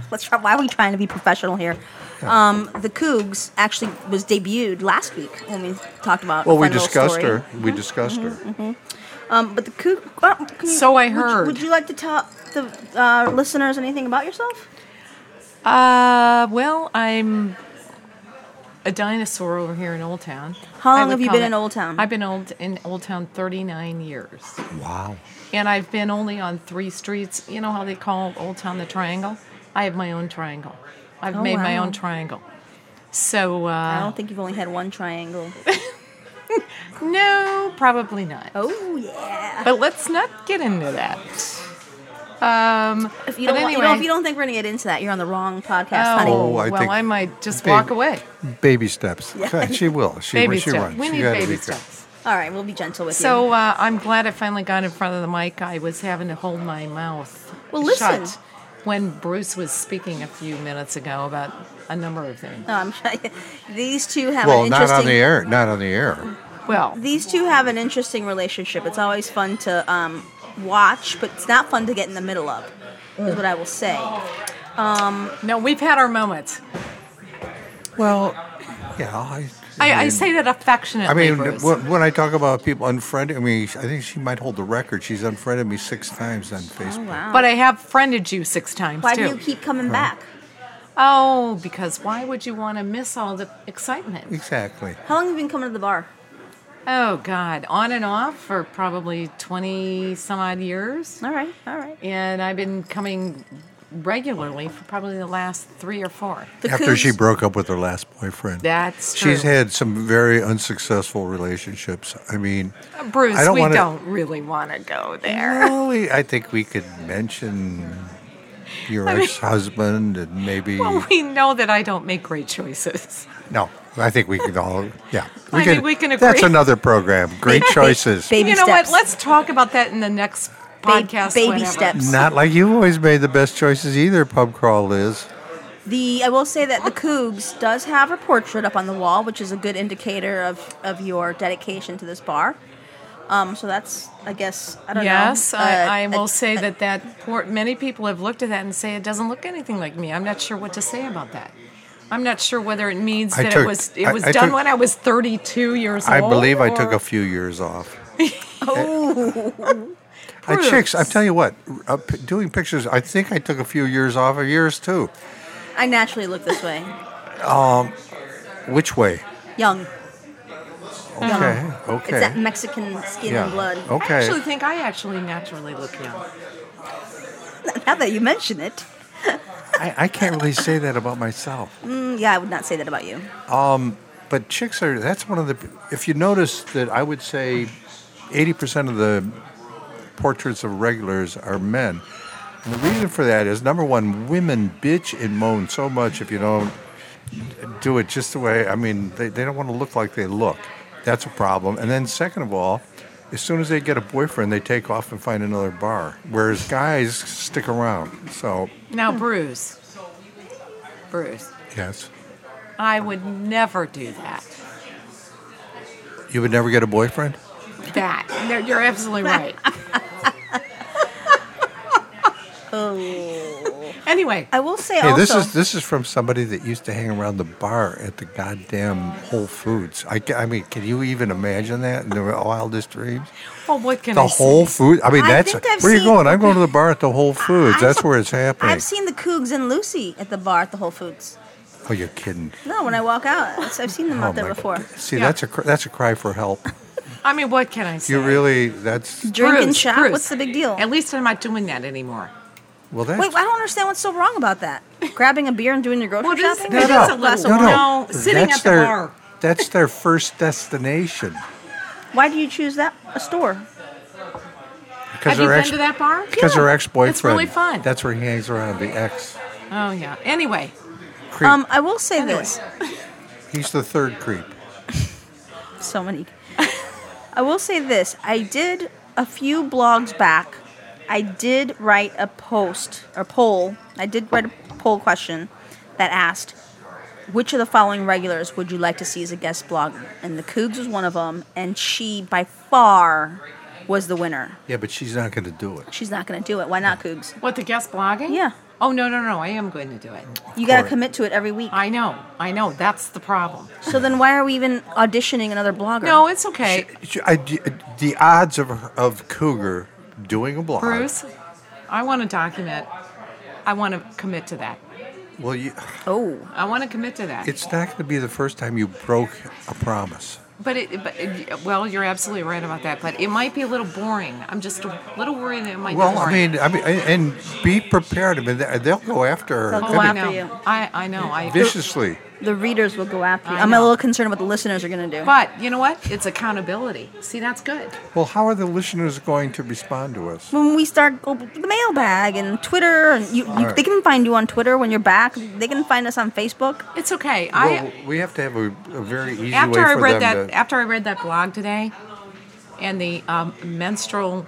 [SPEAKER 2] let's try, why are we trying to be professional here? Um, the Cougs actually was debuted last week when we talked about.
[SPEAKER 3] Well,
[SPEAKER 2] a
[SPEAKER 3] we
[SPEAKER 2] fun little
[SPEAKER 3] discussed
[SPEAKER 2] story. Mm-hmm.
[SPEAKER 3] her. We discussed her.
[SPEAKER 2] Um, but the Coug. uh, can you-
[SPEAKER 4] So I
[SPEAKER 2] would you-
[SPEAKER 4] heard.
[SPEAKER 2] Would you, like to tell the uh, listeners anything about yourself?
[SPEAKER 4] Uh, well, I'm a dinosaur over here in Old Town.
[SPEAKER 2] How
[SPEAKER 4] I
[SPEAKER 2] long
[SPEAKER 4] would
[SPEAKER 2] have you
[SPEAKER 4] call
[SPEAKER 2] been
[SPEAKER 4] it-
[SPEAKER 2] in Old Town?
[SPEAKER 4] I've been old in Old Town 39 years.
[SPEAKER 2] Mm-hmm.
[SPEAKER 3] Wow.
[SPEAKER 4] And I've been only on three streets. You know how they call Old Town the Triangle? I have my own triangle. I've
[SPEAKER 2] Oh,
[SPEAKER 4] made my
[SPEAKER 2] wow.
[SPEAKER 4] own triangle. So, uh,
[SPEAKER 2] I don't think you've only had one triangle.
[SPEAKER 4] no, probably not.
[SPEAKER 2] Oh yeah.
[SPEAKER 4] But let's not get into that. Um,
[SPEAKER 2] If you
[SPEAKER 4] but
[SPEAKER 2] don't, want- you
[SPEAKER 4] anyway,
[SPEAKER 2] don't- if you don't think we're gonna get into that, you're on the wrong podcast, honey.
[SPEAKER 4] oh,
[SPEAKER 3] I
[SPEAKER 4] well,
[SPEAKER 3] think-
[SPEAKER 4] I might just
[SPEAKER 3] Babe-
[SPEAKER 4] walk away.
[SPEAKER 3] Baby steps. God, She will. She,
[SPEAKER 4] Baby
[SPEAKER 3] she
[SPEAKER 4] steps.
[SPEAKER 3] runs.
[SPEAKER 4] We
[SPEAKER 3] You
[SPEAKER 4] need
[SPEAKER 3] gotta
[SPEAKER 4] baby
[SPEAKER 3] be careful.
[SPEAKER 4] steps.
[SPEAKER 2] All right, we'll be gentle with you.
[SPEAKER 4] So uh, I'm glad I finally got in front of the mic. I was having to hold my mouth
[SPEAKER 2] Well, listen.
[SPEAKER 4] shut when Bruce was speaking a few minutes ago about a number of things.
[SPEAKER 2] No, I'm trying. These two have
[SPEAKER 3] Well,
[SPEAKER 2] an
[SPEAKER 3] not
[SPEAKER 2] Uh, interesting.
[SPEAKER 3] on the air. Not on the air.
[SPEAKER 4] Well,
[SPEAKER 2] These two have an interesting relationship. It's always fun to um, watch, but it's not fun to get in the middle of.
[SPEAKER 4] Mm.
[SPEAKER 2] Is what I will say.
[SPEAKER 4] no, we've had our moments.
[SPEAKER 3] Well, yeah. I,
[SPEAKER 4] I, I
[SPEAKER 3] mean-
[SPEAKER 4] say that affectionately.
[SPEAKER 3] I mean,
[SPEAKER 4] Bruce.
[SPEAKER 3] when, when I talk about people unfriending me, I think she might hold the record. She's unfriended me six times on
[SPEAKER 2] Oh
[SPEAKER 3] Facebook.
[SPEAKER 2] wow.
[SPEAKER 4] but I have friended you six times
[SPEAKER 2] why
[SPEAKER 4] too.
[SPEAKER 2] do you keep coming back?
[SPEAKER 4] oh, because why would you want to miss all the excitement?
[SPEAKER 3] Exactly.
[SPEAKER 2] How long have you been coming to the bar?
[SPEAKER 4] Oh God, on and off for probably twenty some odd years,
[SPEAKER 2] All right, all right.
[SPEAKER 4] and I've been coming regularly for probably the last three or four.
[SPEAKER 2] The
[SPEAKER 3] After
[SPEAKER 2] Cougs-
[SPEAKER 3] she broke up with her last boyfriend.
[SPEAKER 4] That's true.
[SPEAKER 3] She's had some very unsuccessful relationships. I mean,
[SPEAKER 4] Bruce,
[SPEAKER 3] I don't
[SPEAKER 4] we
[SPEAKER 3] wanna-
[SPEAKER 4] don't really want to go there.
[SPEAKER 3] really, I think we could mention your ex-husband and maybe
[SPEAKER 4] Well, we know that I don't make great choices.
[SPEAKER 3] no. I think we could all yeah.
[SPEAKER 4] I think we can
[SPEAKER 3] That's
[SPEAKER 4] agree.
[SPEAKER 3] another program. Great choices.
[SPEAKER 2] Baby
[SPEAKER 4] you know
[SPEAKER 2] steps.
[SPEAKER 4] what? Let's talk about that in the next
[SPEAKER 2] Ba-
[SPEAKER 4] podcast.
[SPEAKER 2] baby
[SPEAKER 4] whenever.
[SPEAKER 2] steps.
[SPEAKER 3] Not like you always made the best choices either, pub crawl Liz.
[SPEAKER 2] The I will say that the Cougs does have her portrait up on the wall, which is a good indicator of, of your dedication to this bar. Um, so that's I guess I don't
[SPEAKER 4] Yes,
[SPEAKER 2] know. uh,
[SPEAKER 4] I, I will
[SPEAKER 2] a-
[SPEAKER 4] say that that port, many people have looked at that and say it doesn't look anything like me. I'm not sure what to say about that. I'm not sure whether it means
[SPEAKER 3] I
[SPEAKER 4] that it
[SPEAKER 3] took-
[SPEAKER 4] was it
[SPEAKER 3] I-
[SPEAKER 4] was
[SPEAKER 3] I
[SPEAKER 4] done
[SPEAKER 3] took-
[SPEAKER 4] when I was 32 years
[SPEAKER 3] I
[SPEAKER 4] old.
[SPEAKER 3] believe I took
[SPEAKER 4] or-
[SPEAKER 3] a few years off.
[SPEAKER 2] Oh,
[SPEAKER 3] I chicks, I'm
[SPEAKER 4] Proofs.
[SPEAKER 3] telling you what, uh, p- doing pictures, I think I took a few years off of yours too.
[SPEAKER 2] I naturally look this way.
[SPEAKER 3] Which way?
[SPEAKER 2] Young.
[SPEAKER 3] Okay,
[SPEAKER 2] Uh-huh. It's that
[SPEAKER 3] okay.
[SPEAKER 2] Mexican skin
[SPEAKER 3] Yeah. Oh.
[SPEAKER 2] and blood.
[SPEAKER 4] I
[SPEAKER 3] Okay.
[SPEAKER 4] actually think I actually naturally look young.
[SPEAKER 2] Now that you mention it,
[SPEAKER 3] I, I can't really say that about myself.
[SPEAKER 2] mm, yeah, I would not say that about you.
[SPEAKER 3] But chicks are, that's one of the, if you notice that I would say 80% of the portraits of regulars are men. And the reason for that is number one, women bitch and moan so much if you don't do it just the way, I mean, they, they don't want to look like they look. That's a problem. And then, second of all, as soon as they get a boyfriend, they take off and find another bar, whereas guys stick around. So,
[SPEAKER 4] Now,
[SPEAKER 2] Hmm.
[SPEAKER 4] Bruce, Bruce,
[SPEAKER 3] yes.
[SPEAKER 4] I would never do that.
[SPEAKER 3] You would never get a boyfriend?
[SPEAKER 4] That. No, you're absolutely right.
[SPEAKER 2] Oh,
[SPEAKER 4] Anyway,
[SPEAKER 2] I will say
[SPEAKER 3] Hey,
[SPEAKER 2] also.
[SPEAKER 3] this is this is from somebody that used to hang around the bar at the goddamn Whole Foods. I, ca- I mean, can you even imagine that in the wildest dreams?
[SPEAKER 4] well, what can I
[SPEAKER 3] The
[SPEAKER 4] say?
[SPEAKER 3] Whole Foods. I mean,
[SPEAKER 2] I
[SPEAKER 3] that's
[SPEAKER 2] think I've
[SPEAKER 3] where you
[SPEAKER 2] seen-
[SPEAKER 3] going. I'm going to the bar at the Whole Foods. That's where it's happening.
[SPEAKER 2] I've seen the Cougs and Lucy at the bar at the Whole Foods.
[SPEAKER 3] oh, you're kidding.
[SPEAKER 2] No, when I walk out, I've seen them
[SPEAKER 3] Oh
[SPEAKER 2] out there
[SPEAKER 3] my
[SPEAKER 2] before.
[SPEAKER 3] God. See,
[SPEAKER 4] Yeah.
[SPEAKER 3] that's a cr- that's a cry for help.
[SPEAKER 4] I mean, what can I say?
[SPEAKER 3] You really that's
[SPEAKER 2] Drink and
[SPEAKER 4] Bruce,
[SPEAKER 2] shop.
[SPEAKER 4] Bruce,
[SPEAKER 2] What's the big deal?
[SPEAKER 4] At least I'm not doing that anymore.
[SPEAKER 3] well. That's
[SPEAKER 2] Wait, I don't understand what's so wrong about that. Grabbing a beer and doing your grocery
[SPEAKER 4] Well, it is-
[SPEAKER 2] shopping?
[SPEAKER 4] it is a
[SPEAKER 2] Glass of
[SPEAKER 4] little-
[SPEAKER 2] wine?
[SPEAKER 4] no, sitting
[SPEAKER 3] that's
[SPEAKER 4] at the
[SPEAKER 3] their,
[SPEAKER 4] bar.
[SPEAKER 3] that's their first destination.
[SPEAKER 2] Why do you choose that a store?
[SPEAKER 3] Because
[SPEAKER 4] Have you
[SPEAKER 3] her
[SPEAKER 4] been
[SPEAKER 3] ex,
[SPEAKER 4] to that bar?
[SPEAKER 3] because
[SPEAKER 4] Yeah.
[SPEAKER 3] her ex-boyfriend.
[SPEAKER 4] It's really fun.
[SPEAKER 3] That's where he hangs around. The ex.
[SPEAKER 4] oh yeah. Anyway,
[SPEAKER 3] Creep.
[SPEAKER 2] Um, I will say this.
[SPEAKER 3] He's the third creep.
[SPEAKER 2] so many. I will say this: I did a few blogs back. I did write a post or poll. I did write a poll question that asked, "Which of the following regulars would you like to see as a guest blogger?" And the Cougs was one of them, and she by far was the winner.
[SPEAKER 3] Yeah, but she's not going to do it.
[SPEAKER 2] She's not going to do it. Why not, Cougs?
[SPEAKER 4] what the guest blogging?
[SPEAKER 2] Yeah.
[SPEAKER 4] Oh no no no! I am going to do it.
[SPEAKER 2] You got to
[SPEAKER 3] Correct.
[SPEAKER 2] commit to it every week.
[SPEAKER 4] I know I know. That's the problem.
[SPEAKER 2] So then, why are we even auditioning another blogger?
[SPEAKER 4] No, it's okay,
[SPEAKER 3] She- I- the odds of her- of Cougar doing a blog.
[SPEAKER 4] Bruce. I want to document. I want to commit to that.
[SPEAKER 3] Well, you,
[SPEAKER 2] Oh,
[SPEAKER 4] I want to commit to that.
[SPEAKER 3] it's not going to be the first time you broke a promise.
[SPEAKER 4] But it, but it, well, you're absolutely right about that. But it might be a little boring. I'm just a little worried that it might. be
[SPEAKER 3] Well, I
[SPEAKER 4] boring.
[SPEAKER 3] mean, I mean, and be prepared. I mean, they- they'll go after her
[SPEAKER 2] They'll
[SPEAKER 4] oh,
[SPEAKER 2] go
[SPEAKER 4] I
[SPEAKER 2] after
[SPEAKER 4] know.
[SPEAKER 2] you.
[SPEAKER 4] I, I know. I
[SPEAKER 3] viciously.
[SPEAKER 2] the readers will go after you.
[SPEAKER 4] I
[SPEAKER 2] I'm a
[SPEAKER 4] know.
[SPEAKER 2] little concerned what the listeners are going to do.
[SPEAKER 4] But you know what? It's accountability. See, that's good.
[SPEAKER 3] Well, how are the listeners going to respond to us?
[SPEAKER 2] when we start go- the mailbag and Twitter, and you, you
[SPEAKER 3] right.
[SPEAKER 2] they can find you on Twitter when you're back. They can find us on Facebook.
[SPEAKER 4] It's okay.
[SPEAKER 3] Well,
[SPEAKER 4] I
[SPEAKER 3] we have to have a, a very easy way
[SPEAKER 4] after
[SPEAKER 3] for
[SPEAKER 4] I
[SPEAKER 3] them
[SPEAKER 4] read that
[SPEAKER 3] to.
[SPEAKER 4] after I read that blog today, and the um, menstrual,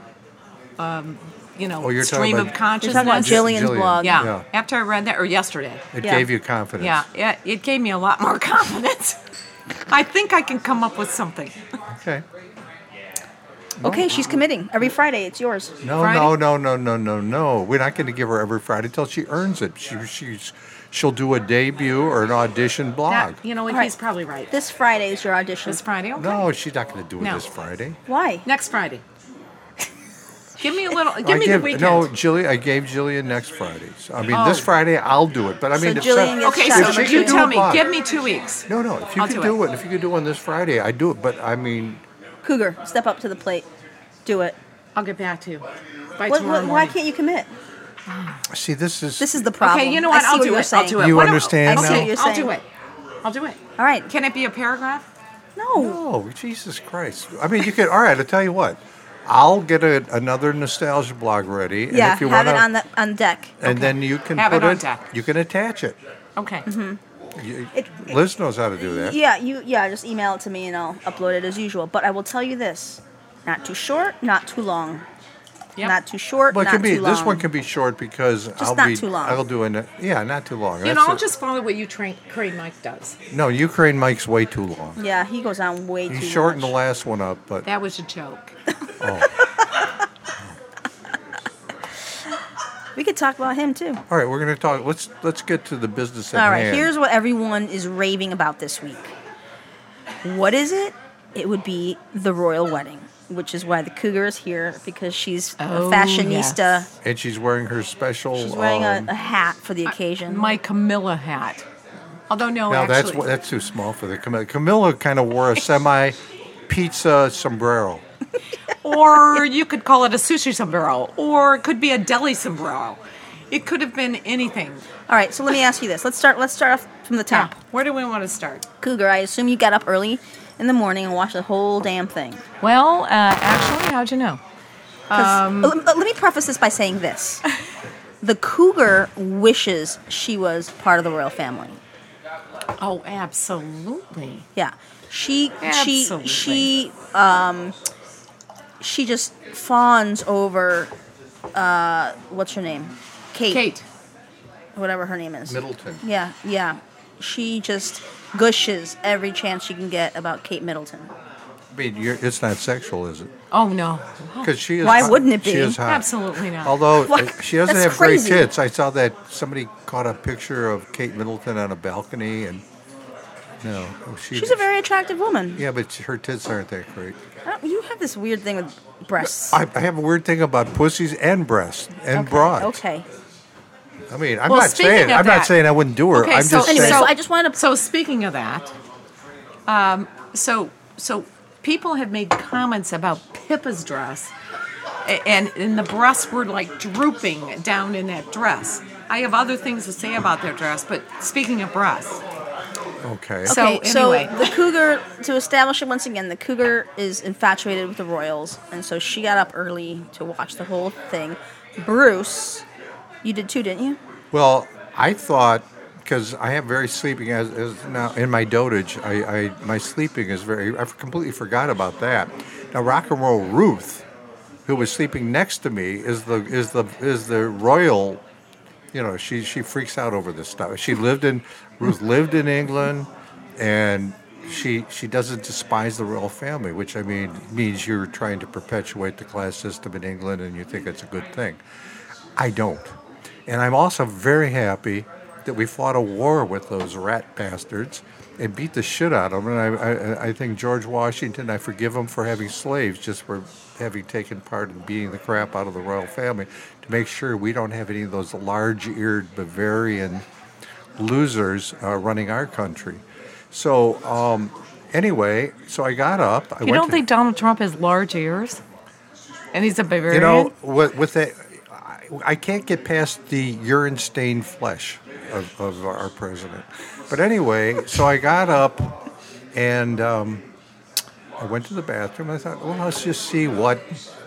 [SPEAKER 4] um, you know,
[SPEAKER 3] Oh, you're talking
[SPEAKER 4] stream
[SPEAKER 3] about-
[SPEAKER 4] of
[SPEAKER 3] You're talking
[SPEAKER 2] You're talking about
[SPEAKER 4] consciousness.
[SPEAKER 2] Jillian's
[SPEAKER 3] Jillian.
[SPEAKER 2] blog.
[SPEAKER 4] Yeah.
[SPEAKER 3] Yeah.
[SPEAKER 4] After I read that, or yesterday.
[SPEAKER 3] It
[SPEAKER 2] yeah.
[SPEAKER 3] gave you confidence.
[SPEAKER 4] Yeah. Yeah. It gave me a lot more confidence. I think I can come up with something.
[SPEAKER 3] Okay.
[SPEAKER 2] Okay, she's committing. Every Friday, it's yours.
[SPEAKER 3] No,
[SPEAKER 4] Friday?
[SPEAKER 3] no, no, no, no, no, no. We're not going to give her every Friday till she earns it. She, she's, she'll do a debut or an audition blog.
[SPEAKER 4] That, you know, what?
[SPEAKER 2] All right.
[SPEAKER 4] he's probably right.
[SPEAKER 2] This Friday is your audition.
[SPEAKER 4] This Friday, okay.
[SPEAKER 3] No, she's not going to do it
[SPEAKER 4] No.
[SPEAKER 3] this Friday.
[SPEAKER 2] Why?
[SPEAKER 4] Next Friday. give me a little. Give
[SPEAKER 3] I
[SPEAKER 4] me
[SPEAKER 3] give,
[SPEAKER 4] the weekend.
[SPEAKER 3] No, Jillian, I gave Jillian next Friday. So, I mean, this
[SPEAKER 4] Oh.
[SPEAKER 3] Friday I'll do it. But I mean, if
[SPEAKER 2] Jillian
[SPEAKER 3] some-
[SPEAKER 2] gets
[SPEAKER 4] okay,
[SPEAKER 2] Yes,
[SPEAKER 4] so
[SPEAKER 2] Chuck.
[SPEAKER 3] if she
[SPEAKER 4] you
[SPEAKER 3] could do
[SPEAKER 4] tell
[SPEAKER 3] a
[SPEAKER 4] me.
[SPEAKER 3] blog-
[SPEAKER 4] Give me two weeks.
[SPEAKER 3] No, no. If you
[SPEAKER 4] I'll
[SPEAKER 3] could
[SPEAKER 4] do
[SPEAKER 3] do,
[SPEAKER 4] it.
[SPEAKER 3] it, if you could do one this Friday, I do it. But I mean,
[SPEAKER 2] Cougar, step up to the plate. Do it.
[SPEAKER 4] I'll get back to you by
[SPEAKER 2] What,
[SPEAKER 4] tomorrow
[SPEAKER 2] what, why
[SPEAKER 4] morning.
[SPEAKER 2] can't you commit?
[SPEAKER 3] see, this is
[SPEAKER 2] This is the problem.
[SPEAKER 4] Okay, you know what?
[SPEAKER 2] I see
[SPEAKER 4] I'll do
[SPEAKER 2] you're
[SPEAKER 4] it.
[SPEAKER 2] Saying.
[SPEAKER 4] I'll do it.
[SPEAKER 3] You
[SPEAKER 4] What am-
[SPEAKER 3] understand
[SPEAKER 2] now? I see
[SPEAKER 4] okay,
[SPEAKER 2] what you're
[SPEAKER 4] I'll do
[SPEAKER 2] saying.
[SPEAKER 4] it. I'll do it.
[SPEAKER 2] All right.
[SPEAKER 4] Can it be a paragraph?
[SPEAKER 2] no.
[SPEAKER 3] Oh, Jesus Christ! I mean, you could. All right, I'll tell you what. I'll get a, another nostalgia blog ready. and
[SPEAKER 2] Yeah,
[SPEAKER 3] if you
[SPEAKER 2] have
[SPEAKER 3] wanna,
[SPEAKER 2] it on the on deck.
[SPEAKER 3] And then you can
[SPEAKER 4] Have
[SPEAKER 3] put
[SPEAKER 4] it on deck.
[SPEAKER 3] You can attach it.
[SPEAKER 4] Okay. Mm-hmm.
[SPEAKER 3] You-
[SPEAKER 2] It- it-
[SPEAKER 3] Liz knows how to do that.
[SPEAKER 2] Yeah, you yeah, just email it to me and I'll upload it as usual. But I will tell you this. Not too short, not too long.
[SPEAKER 4] Yep.
[SPEAKER 2] Not too short,
[SPEAKER 3] Well, it
[SPEAKER 2] not
[SPEAKER 3] can be.
[SPEAKER 2] too long.
[SPEAKER 3] This one can be short because I'll
[SPEAKER 2] not
[SPEAKER 3] be.
[SPEAKER 2] too long.
[SPEAKER 3] I'll do an. Yeah, not too long.
[SPEAKER 4] you
[SPEAKER 3] That's
[SPEAKER 4] know, I'll
[SPEAKER 3] it.
[SPEAKER 4] just follow what you train Crane Mike does.
[SPEAKER 3] No, Ukraine Mike's way too long.
[SPEAKER 2] Yeah, he goes on way
[SPEAKER 3] He
[SPEAKER 2] too
[SPEAKER 3] shortened the
[SPEAKER 2] much.
[SPEAKER 3] last one up, but
[SPEAKER 4] That was a joke.
[SPEAKER 2] We could talk about him too.
[SPEAKER 3] all right, we're going to talk. Let's let's get to the business at
[SPEAKER 2] All right,
[SPEAKER 3] hand.
[SPEAKER 2] here's what everyone is raving about this week. What is it? It would be the royal wedding, which is why the cougar is here because she's
[SPEAKER 4] Oh,
[SPEAKER 2] a fashionista.
[SPEAKER 4] yes.
[SPEAKER 3] and she's wearing her special.
[SPEAKER 2] She's wearing a,
[SPEAKER 3] um,
[SPEAKER 2] a hat for the occasion.
[SPEAKER 4] My Camilla hat. Although no,
[SPEAKER 3] Now that's
[SPEAKER 4] actually,
[SPEAKER 3] wh- that's too small for the Camilla. Camilla kind of wore a semi pizza sombrero.
[SPEAKER 4] or you could call it a sushi sombrero, or it could be a deli sombrero. It could have been anything.
[SPEAKER 2] All right, so let me ask you this. Let's start. Let's start off from the top.
[SPEAKER 4] Where do we want to start?
[SPEAKER 2] Cougar, I assume you got up early in the morning and watched the whole damn thing.
[SPEAKER 4] Well, uh, actually, how'd you know?
[SPEAKER 2] 'Cause-
[SPEAKER 4] Um,
[SPEAKER 2] uh, let, let me preface this by saying this: the cougar wishes she was part of the royal family.
[SPEAKER 4] Oh, absolutely.
[SPEAKER 2] Yeah. She she
[SPEAKER 4] Absolutely.
[SPEAKER 2] she um she just fawns over uh what's her name? Kate,
[SPEAKER 4] Kate.
[SPEAKER 2] whatever her name is.
[SPEAKER 3] Middleton.
[SPEAKER 2] Yeah, yeah. She just gushes every chance she can get about Kate Middleton.
[SPEAKER 3] I mean, you're, it's not sexual, is it?
[SPEAKER 4] Oh no.
[SPEAKER 3] Because she is.
[SPEAKER 2] Why
[SPEAKER 3] hot.
[SPEAKER 2] wouldn't it be?
[SPEAKER 3] She is hot.
[SPEAKER 4] Absolutely not.
[SPEAKER 3] Although uh,
[SPEAKER 2] What?
[SPEAKER 3] she doesn't
[SPEAKER 2] That's
[SPEAKER 3] have
[SPEAKER 2] crazy.
[SPEAKER 3] great tits. I saw that somebody caught a picture of Kate Middleton on a balcony, and no, oh, she,
[SPEAKER 2] She's a very attractive woman.
[SPEAKER 3] yeah, but her tits aren't that great.
[SPEAKER 2] I don't- Oh, You have this weird thing with breasts.
[SPEAKER 3] I, I have a weird thing about pussies and breasts and bras.
[SPEAKER 2] Okay.
[SPEAKER 3] I mean, I'm
[SPEAKER 4] Well,
[SPEAKER 3] not
[SPEAKER 4] speaking
[SPEAKER 3] saying
[SPEAKER 4] of
[SPEAKER 3] I'm
[SPEAKER 4] that-
[SPEAKER 3] not saying I wouldn't do her.
[SPEAKER 4] Okay,
[SPEAKER 3] I'm
[SPEAKER 4] so
[SPEAKER 3] just
[SPEAKER 2] Anyway,
[SPEAKER 3] saying.
[SPEAKER 2] so I just wanted to-
[SPEAKER 4] So speaking of that, um, so so people have made comments about Pippa's dress, a- and and the breasts were like drooping down in that dress. I have other things to say about their dress, but speaking of breasts,
[SPEAKER 3] Okay.
[SPEAKER 4] So anyway.
[SPEAKER 2] the cougar to establish it once again, the cougar is infatuated with the Royals, and so she got up early to watch the whole thing. Bruce, you did too, didn't you?
[SPEAKER 3] Well, I thought because I am very sleeping as, as now in my dotage, I, I my sleeping is very. I completely forgot about that. Now, rock and roll Ruth, who was sleeping next to me, is the is the is the royal. You know, she she freaks out over this stuff. She lived in Ruth lived in England, and she she doesn't despise the royal family, which I mean means you're trying to perpetuate the class system in England, and you think it's a good thing. I don't. And I'm also very happy that we fought a war with those rat bastards and beat the shit out of them. And I, I, I think George Washington, I forgive him for having slaves just for having taken part in beating the crap out of the royal family to make sure we don't have any of those large eared Bavarian losers uh, running our country. So, um, anyway, so I got up. I
[SPEAKER 5] You
[SPEAKER 3] went
[SPEAKER 5] don't
[SPEAKER 3] to-
[SPEAKER 5] think Donald Trump has large ears? And he's a Bavarian?
[SPEAKER 3] you know, with, with that, I, I can't get past the urine stained flesh of, of our president. But anyway, so I got up and um, I went to the bathroom. I thought, well, let's just see what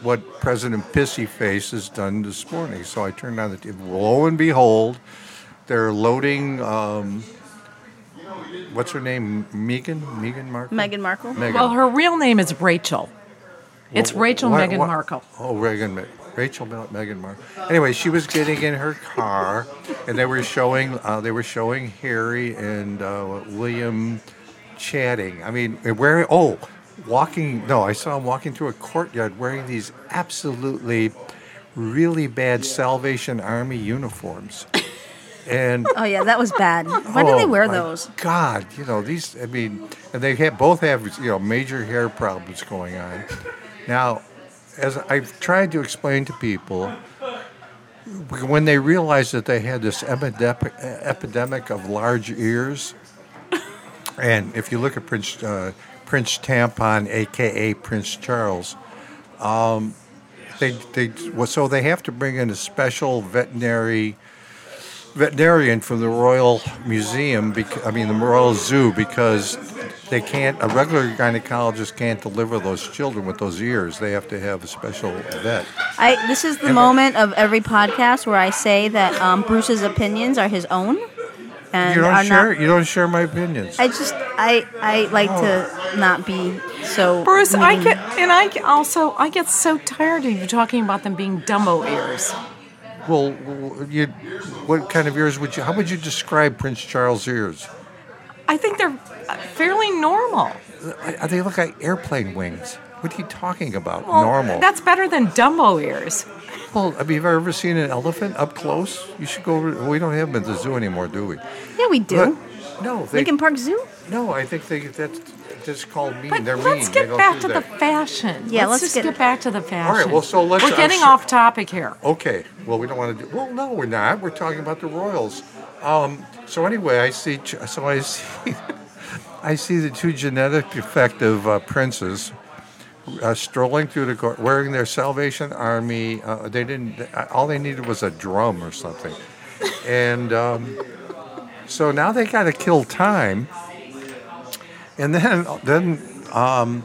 [SPEAKER 3] what President Pissy Face has done this morning. So I turned on the TV. Lo and behold, they're loading. Um, what's her name? Megan? Megan Markle?
[SPEAKER 2] Meghan Markle?
[SPEAKER 3] Meghan.
[SPEAKER 5] well, her real name is Rachel. It's Rachel
[SPEAKER 3] What-
[SPEAKER 5] Meghan
[SPEAKER 3] what-
[SPEAKER 5] Markle.
[SPEAKER 3] Oh, Reagan, Ma- Rachel Ma- Meghan Markle. Anyway, she was getting in her car, and they were showing uh, they were showing Harry and uh, William chatting. I mean, and wearing oh, walking. No, I saw him walking through a courtyard wearing these absolutely really bad Salvation Army uniforms, and.
[SPEAKER 2] Oh yeah, that was bad. Why do
[SPEAKER 3] Oh,
[SPEAKER 2] they wear
[SPEAKER 3] my
[SPEAKER 2] those?
[SPEAKER 3] God, you know these. I mean, and they have, both have you know major hair problems going on. Now, as I've tried to explain to people, when they realized that they had this epidemic, epidemic of large ears, and if you look at Prince uh, Prince Tampon, aka Prince Charles, um, they they well, so they have to bring in a special veterinary veterinarian from the Royal Museum, bec- I mean the Royal Zoo, because they can't. A regular gynecologist can't deliver those children with those ears. They have to have a special vet.
[SPEAKER 2] I this is the moment of every podcast where I say that um, Bruce's opinions are his own, and
[SPEAKER 3] You
[SPEAKER 2] are
[SPEAKER 3] don't share.
[SPEAKER 2] not.
[SPEAKER 3] you don't share my opinions.
[SPEAKER 2] I just I I like
[SPEAKER 3] Oh.
[SPEAKER 2] to not be so.
[SPEAKER 5] Bruce, I
[SPEAKER 2] mean.
[SPEAKER 5] get, and I get- also, I get so tired of you talking about them being Dumbo ears.
[SPEAKER 3] well, you, what kind of ears would you? How would you describe Prince Charles' ears?
[SPEAKER 5] I think they're uh, fairly normal.
[SPEAKER 3] Uh, They look like airplane wings. What are you talking about?
[SPEAKER 5] Well,
[SPEAKER 3] Normal.
[SPEAKER 5] That's better than Dumbo ears.
[SPEAKER 3] well, have you ever ever seen an elephant up close? You should go. over- We don't have them at the zoo anymore, do we?
[SPEAKER 2] Yeah, we do.
[SPEAKER 3] But- no, they,
[SPEAKER 2] Lincoln Park Zoo.
[SPEAKER 3] No, I think they that's that's called mean.
[SPEAKER 5] But
[SPEAKER 3] They're
[SPEAKER 5] let's
[SPEAKER 3] mean. They
[SPEAKER 5] get
[SPEAKER 3] don't
[SPEAKER 5] back
[SPEAKER 3] do
[SPEAKER 5] to the
[SPEAKER 3] that.
[SPEAKER 5] fashion.
[SPEAKER 2] Yeah, let's
[SPEAKER 5] just
[SPEAKER 2] get-
[SPEAKER 5] get, back to the fashion.
[SPEAKER 3] well, so let's-
[SPEAKER 5] We're
[SPEAKER 3] I'm
[SPEAKER 5] getting
[SPEAKER 3] so-
[SPEAKER 5] off topic here.
[SPEAKER 3] Okay. Well, we don't want to do. Well, no, we're not. We're talking about the Royals. Um, so anyway, I see. Ch- So I see. I see the two genetic defective uh, princes uh, strolling through the court, wearing their Salvation Army. Uh, they didn't. All they needed was a drum or something, and um, so now they got to kill time. And then, then um,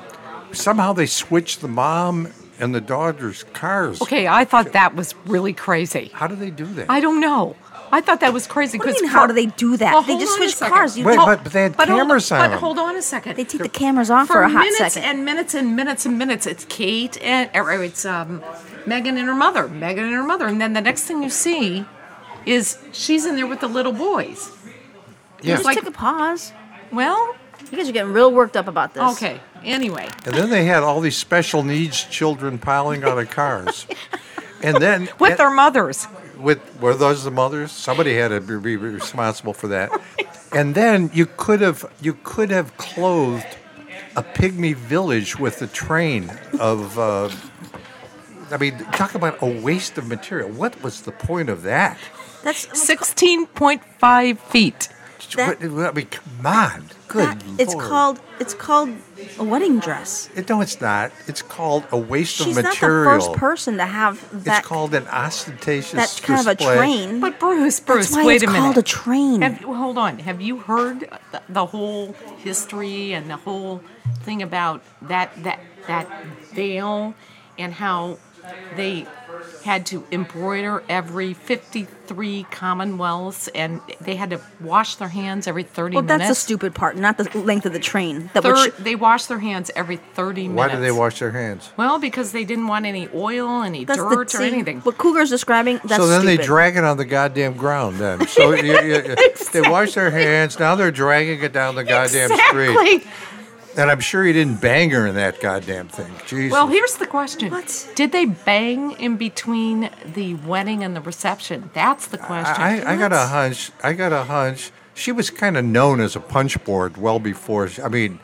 [SPEAKER 3] somehow they switched the mom and the daughter's cars.
[SPEAKER 5] Okay, I thought that was really crazy.
[SPEAKER 3] How do they do that?
[SPEAKER 5] I don't know. I thought that was crazy
[SPEAKER 2] What do
[SPEAKER 5] because
[SPEAKER 2] you mean, how do they do that?
[SPEAKER 5] Well,
[SPEAKER 2] they
[SPEAKER 5] hold
[SPEAKER 2] just
[SPEAKER 5] on a
[SPEAKER 2] switch
[SPEAKER 5] second.
[SPEAKER 2] cars. You
[SPEAKER 3] Wait,
[SPEAKER 2] talk-
[SPEAKER 3] but, but they had
[SPEAKER 5] But hold,
[SPEAKER 3] cameras on
[SPEAKER 5] but
[SPEAKER 3] them.
[SPEAKER 5] hold on a second.
[SPEAKER 2] they take the cameras off for, a hot
[SPEAKER 5] minutes
[SPEAKER 2] second.
[SPEAKER 5] and minutes and minutes and minutes. It's Kate and or it's um, Megan and her mother. Megan and her mother, and then the next thing you see is she's in there with the little boys.
[SPEAKER 3] yeah.
[SPEAKER 2] just
[SPEAKER 5] like-
[SPEAKER 2] took a pause.
[SPEAKER 5] Well,
[SPEAKER 2] You guys are getting real worked up about this.
[SPEAKER 5] okay. Anyway,
[SPEAKER 3] and then they had all these special needs children piling out of cars. and then
[SPEAKER 5] with
[SPEAKER 3] and-
[SPEAKER 5] their mothers.
[SPEAKER 3] with were those the mothers? Somebody had to be be responsible for that. And then you could have you could have clothed a pygmy village with a train of. Uh, I mean, talk about a waste of material. What was the point of that?
[SPEAKER 2] That's
[SPEAKER 5] Sixteen point five feet.
[SPEAKER 2] That-
[SPEAKER 3] What- I mean, come on, good.
[SPEAKER 2] That- it's
[SPEAKER 3] Lord.
[SPEAKER 2] called it's called a wedding dress.
[SPEAKER 3] It, no, it's not. It's called a waste
[SPEAKER 2] She's not
[SPEAKER 3] of
[SPEAKER 2] the
[SPEAKER 3] material.
[SPEAKER 2] first person to have that.
[SPEAKER 3] it's called an ostentatious.
[SPEAKER 2] that's kind of a
[SPEAKER 3] display.
[SPEAKER 2] train.
[SPEAKER 4] But Bruce, Bruce,
[SPEAKER 2] that's why
[SPEAKER 4] wait
[SPEAKER 2] it's
[SPEAKER 4] a minute.
[SPEAKER 2] called a train.
[SPEAKER 4] Have, well, hold on. Have you heard the, the whole history and the whole thing about that that that veil and how they had to embroider every 53 commonwealths and they had to wash their hands every 30
[SPEAKER 2] well, that's the
[SPEAKER 4] minutes.
[SPEAKER 2] stupid part, not the length of the train. That would
[SPEAKER 4] Thir-
[SPEAKER 2] sh-
[SPEAKER 4] they wash their hands every 30
[SPEAKER 3] Why
[SPEAKER 4] minutes.
[SPEAKER 3] do they wash their hands?
[SPEAKER 4] Well, because they didn't want any oil, any
[SPEAKER 2] that's
[SPEAKER 4] dirt,
[SPEAKER 2] the,
[SPEAKER 4] or
[SPEAKER 2] see,
[SPEAKER 4] anything.
[SPEAKER 2] What Cougar's describing. That's
[SPEAKER 3] so then
[SPEAKER 2] stupid.
[SPEAKER 3] they drag it on the goddamn ground. Then so you, you, you- they wash their hands. Now they're dragging it down the goddamn street.
[SPEAKER 4] exactly.
[SPEAKER 3] And I'm sure he didn't bang her in that goddamn thing. Jesus.
[SPEAKER 4] Well, here's the question.
[SPEAKER 2] What?
[SPEAKER 4] Did they bang in between the wedding and the reception? That's the question.
[SPEAKER 3] I, I, I got a hunch. I got a hunch. She was kind of known as a punch board well before. She, I mean,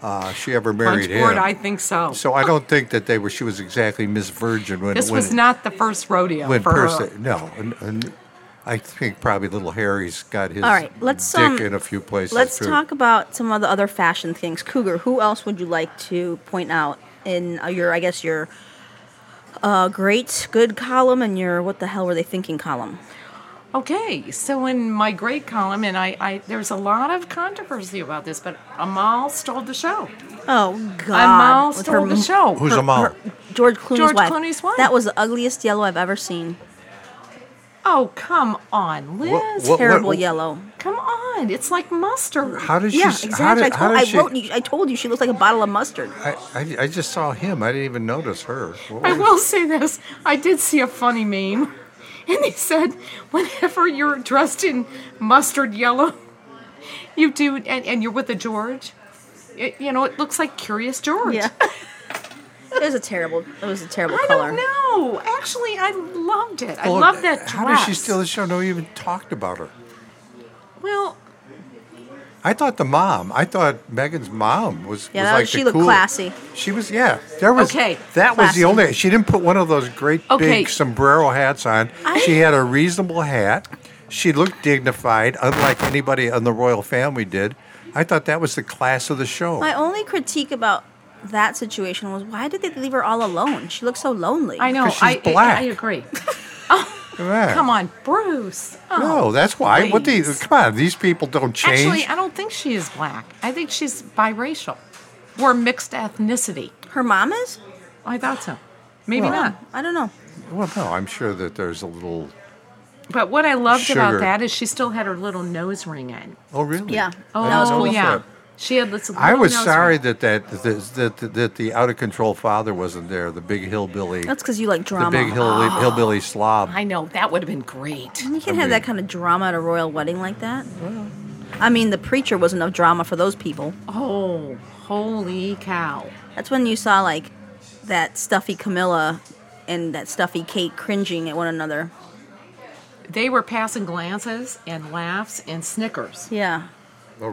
[SPEAKER 3] uh, she ever married
[SPEAKER 4] Punchboard,
[SPEAKER 3] him.
[SPEAKER 4] I think so.
[SPEAKER 3] so I don't think that they were. She was exactly Miss Virgin when
[SPEAKER 4] Oh. this
[SPEAKER 3] when,
[SPEAKER 4] was not the first rodeo
[SPEAKER 3] when
[SPEAKER 4] for
[SPEAKER 3] Percy.
[SPEAKER 4] her.
[SPEAKER 3] No, and, and I think probably little Harry's got his
[SPEAKER 2] All right, let's
[SPEAKER 3] dick
[SPEAKER 2] um,
[SPEAKER 3] in a few places.
[SPEAKER 2] Let's
[SPEAKER 3] too.
[SPEAKER 2] talk about some of the other fashion things. Cougar, who else would you like to point out in uh, your, I guess your uh, great good column and your what the hell were they thinking column?
[SPEAKER 4] Okay, so in my great column, and I, I there's a lot of controversy about this, but Amal stole the show.
[SPEAKER 2] Oh
[SPEAKER 4] Amal
[SPEAKER 2] God, with
[SPEAKER 4] stole
[SPEAKER 2] her-
[SPEAKER 4] the show.
[SPEAKER 3] Who's Amal?
[SPEAKER 2] George Clooney's
[SPEAKER 4] George
[SPEAKER 2] wife.
[SPEAKER 4] Clooney's wife.
[SPEAKER 2] That was the ugliest yellow I've ever seen.
[SPEAKER 4] Oh, come on, Liz.
[SPEAKER 3] What-
[SPEAKER 2] Terrible
[SPEAKER 3] what-
[SPEAKER 2] yellow.
[SPEAKER 4] Come on, it's like mustard.
[SPEAKER 3] How did she?
[SPEAKER 2] Yeah,
[SPEAKER 3] s-
[SPEAKER 2] exactly.
[SPEAKER 3] How did,
[SPEAKER 2] I,
[SPEAKER 3] how
[SPEAKER 2] told,
[SPEAKER 3] did
[SPEAKER 2] I
[SPEAKER 3] she?
[SPEAKER 2] wrote you. I told you she looked like a bottle of mustard.
[SPEAKER 3] I, I, I just saw him. I didn't even notice her. What
[SPEAKER 4] I
[SPEAKER 3] was-
[SPEAKER 4] will say this. I did see a funny meme. And they said, whenever you're dressed in mustard yellow, you do, and, and you're with a George, it, you know, it looks like Curious George.
[SPEAKER 2] Yeah. it was a terrible. It was a terrible
[SPEAKER 4] I
[SPEAKER 2] color.
[SPEAKER 4] don't know. Actually, I loved it. I
[SPEAKER 3] Well,
[SPEAKER 4] love that dress.
[SPEAKER 3] How did she steal the show? No one even talked about her.
[SPEAKER 4] Well,
[SPEAKER 3] I thought the mom. I thought Megan's mom was.
[SPEAKER 2] Yeah,
[SPEAKER 3] was
[SPEAKER 2] that-
[SPEAKER 3] like
[SPEAKER 2] she
[SPEAKER 3] the
[SPEAKER 2] looked
[SPEAKER 3] cool-
[SPEAKER 2] classy.
[SPEAKER 3] She was. Yeah, there was.
[SPEAKER 4] Okay,
[SPEAKER 3] that was
[SPEAKER 2] classy.
[SPEAKER 3] the only. She didn't put one of those great
[SPEAKER 4] Okay.
[SPEAKER 3] big sombrero hats on. she had a reasonable hat. She looked dignified, unlike anybody in the royal family did. I thought that was the class of the show.
[SPEAKER 2] My only critique about that situation was why did they leave her all alone? She looked so lonely.
[SPEAKER 4] I know.
[SPEAKER 3] 'Cause she's
[SPEAKER 4] I, I-
[SPEAKER 3] black.
[SPEAKER 4] I, agree.
[SPEAKER 3] Yeah.
[SPEAKER 4] Come on, Bruce. Oh,
[SPEAKER 3] No, that's why. What the?
[SPEAKER 4] please.
[SPEAKER 3] Come on, these people don't change.
[SPEAKER 4] Actually, I don't think she is black. I think she's biracial or mixed ethnicity.
[SPEAKER 2] Her mom is?
[SPEAKER 4] I thought so. Maybe not.
[SPEAKER 2] I don't know.
[SPEAKER 3] well, no, I'm sure that there's a little.
[SPEAKER 4] But what I loved
[SPEAKER 3] Sugar.
[SPEAKER 4] about that is she still had her little nose ring in.
[SPEAKER 3] Oh, really?
[SPEAKER 2] Yeah.
[SPEAKER 4] Oh,
[SPEAKER 3] I didn't notice
[SPEAKER 4] yeah.
[SPEAKER 3] that.
[SPEAKER 4] She had this little
[SPEAKER 3] I was
[SPEAKER 4] nose
[SPEAKER 3] sorry
[SPEAKER 4] ring.
[SPEAKER 3] that that that, that that the out of control father wasn't there. The big hillbilly.
[SPEAKER 2] That's because you like
[SPEAKER 3] the
[SPEAKER 2] drama.
[SPEAKER 3] big hillbilly, hillbilly slob.
[SPEAKER 4] I know that would have been great.
[SPEAKER 2] You can't have that kind of drama at a royal wedding like that. I mean, the preacher was enough drama for those people.
[SPEAKER 4] Oh, holy cow!
[SPEAKER 2] That's when you saw like that stuffy Camilla and that stuffy Kate cringing at one another.
[SPEAKER 4] They were passing glances and laughs and snickers,
[SPEAKER 2] Yeah.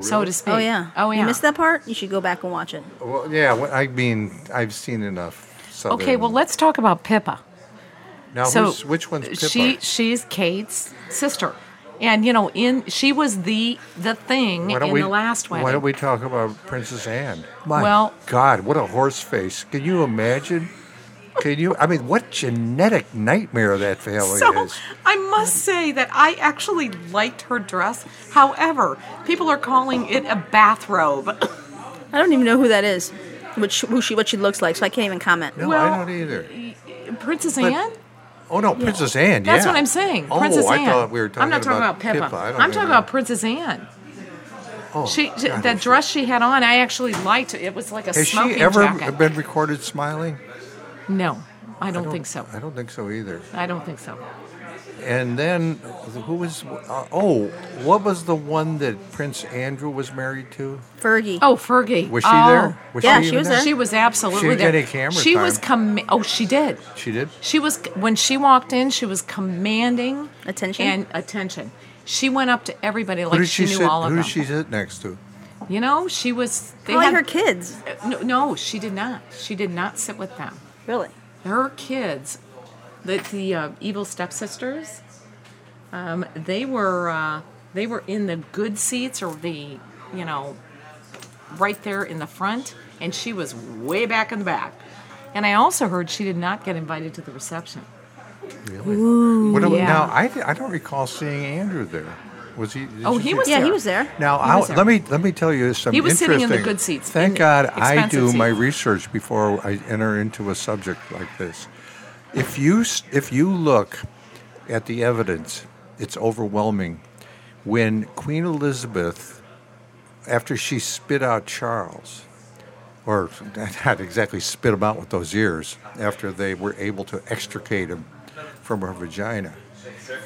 [SPEAKER 4] so to speak.
[SPEAKER 2] Oh yeah.
[SPEAKER 4] Oh yeah.
[SPEAKER 2] You missed that part? You should go back and watch it.
[SPEAKER 3] Well, yeah. well, I mean, I've seen enough. Southern.
[SPEAKER 4] Okay, well let's talk about Pippa.
[SPEAKER 3] now
[SPEAKER 4] so
[SPEAKER 3] who's, which one's Pippa?
[SPEAKER 4] She she's Kate's sister, and you know in she was the the thing
[SPEAKER 3] why
[SPEAKER 4] in
[SPEAKER 3] don't we,
[SPEAKER 4] the last wedding.
[SPEAKER 3] Why don't we talk about Princess Anne? My
[SPEAKER 4] Well-
[SPEAKER 3] God, what a horse face! Can you imagine? Can you? I mean, what genetic nightmare that family
[SPEAKER 4] So
[SPEAKER 3] is.
[SPEAKER 4] I must say that I actually liked her dress. However, people are calling it a bathrobe.
[SPEAKER 2] I don't even know who that is. Which who she what she looks like, so I can't even comment.
[SPEAKER 3] No,
[SPEAKER 4] well,
[SPEAKER 3] I don't either.
[SPEAKER 4] Princess
[SPEAKER 3] But-
[SPEAKER 4] Anne?
[SPEAKER 3] Oh no, Princess Anne.
[SPEAKER 4] That's
[SPEAKER 3] yeah.
[SPEAKER 4] what I'm saying.
[SPEAKER 3] Oh,
[SPEAKER 4] Princess
[SPEAKER 3] I
[SPEAKER 4] Anne.
[SPEAKER 3] thought we were talking
[SPEAKER 4] I'm not talking about, Pippa.
[SPEAKER 3] I don't
[SPEAKER 4] I'm talking
[SPEAKER 3] even-
[SPEAKER 4] about Princess Anne.
[SPEAKER 3] Oh,
[SPEAKER 4] She, she
[SPEAKER 3] God,
[SPEAKER 4] that
[SPEAKER 3] is-
[SPEAKER 4] dress she had on, I actually liked it. It was like a
[SPEAKER 3] Has she
[SPEAKER 4] smoking
[SPEAKER 3] ever
[SPEAKER 4] jacket.
[SPEAKER 3] been recorded smiling?
[SPEAKER 4] no, I don't, think so.
[SPEAKER 3] I don't think so either.
[SPEAKER 4] I don't think so.
[SPEAKER 3] And then, who was? Uh, oh, what was the one that Prince Andrew was married to?
[SPEAKER 2] Fergie.
[SPEAKER 4] Oh, Fergie.
[SPEAKER 3] Was she
[SPEAKER 4] Oh,
[SPEAKER 3] there? Was
[SPEAKER 2] Yeah, she
[SPEAKER 3] even
[SPEAKER 2] was there.
[SPEAKER 4] She was absolutely
[SPEAKER 3] She didn't
[SPEAKER 4] there.
[SPEAKER 3] get any camera
[SPEAKER 4] she
[SPEAKER 3] time.
[SPEAKER 4] was com- Oh, she did.
[SPEAKER 3] She did.
[SPEAKER 4] She was when she walked in, she was commanding
[SPEAKER 2] Attention?
[SPEAKER 4] and attention. She went up to everybody
[SPEAKER 3] Who
[SPEAKER 4] like
[SPEAKER 3] did
[SPEAKER 4] she,
[SPEAKER 3] she
[SPEAKER 4] knew
[SPEAKER 3] sit?
[SPEAKER 4] all of
[SPEAKER 3] Who
[SPEAKER 4] them.
[SPEAKER 3] did she sit next to?
[SPEAKER 4] You know, she was. They
[SPEAKER 2] Probably
[SPEAKER 4] had
[SPEAKER 2] her kids.
[SPEAKER 4] No, no, she did not. She did not sit with them.
[SPEAKER 2] Really?
[SPEAKER 4] Her kids, the the uh, evil stepsisters, um, they were uh, they were in the good seats or the you know right there in the front, and she was way back in the back. And I also heard she did not get invited to the reception.
[SPEAKER 3] Really? What do- Now I, th- I don't recall seeing Andrew there. Was he? did
[SPEAKER 4] Oh,
[SPEAKER 3] you
[SPEAKER 4] he
[SPEAKER 3] see-
[SPEAKER 4] was
[SPEAKER 2] Yeah, he
[SPEAKER 4] there.
[SPEAKER 2] was there.
[SPEAKER 3] Now
[SPEAKER 4] He was
[SPEAKER 3] I,
[SPEAKER 4] there.
[SPEAKER 3] let me let me tell you some.
[SPEAKER 4] He was sitting in the
[SPEAKER 3] interesting-
[SPEAKER 4] good seats, in
[SPEAKER 3] Thank
[SPEAKER 4] the
[SPEAKER 3] God I
[SPEAKER 4] expensive
[SPEAKER 3] do my
[SPEAKER 4] seats.
[SPEAKER 3] research before I enter into a subject like this. If you s- if you look at the evidence, it's overwhelming. When Queen Elizabeth, after she spit out Charles, or not exactly spit him out with those ears after they were able to extricate him from her vagina.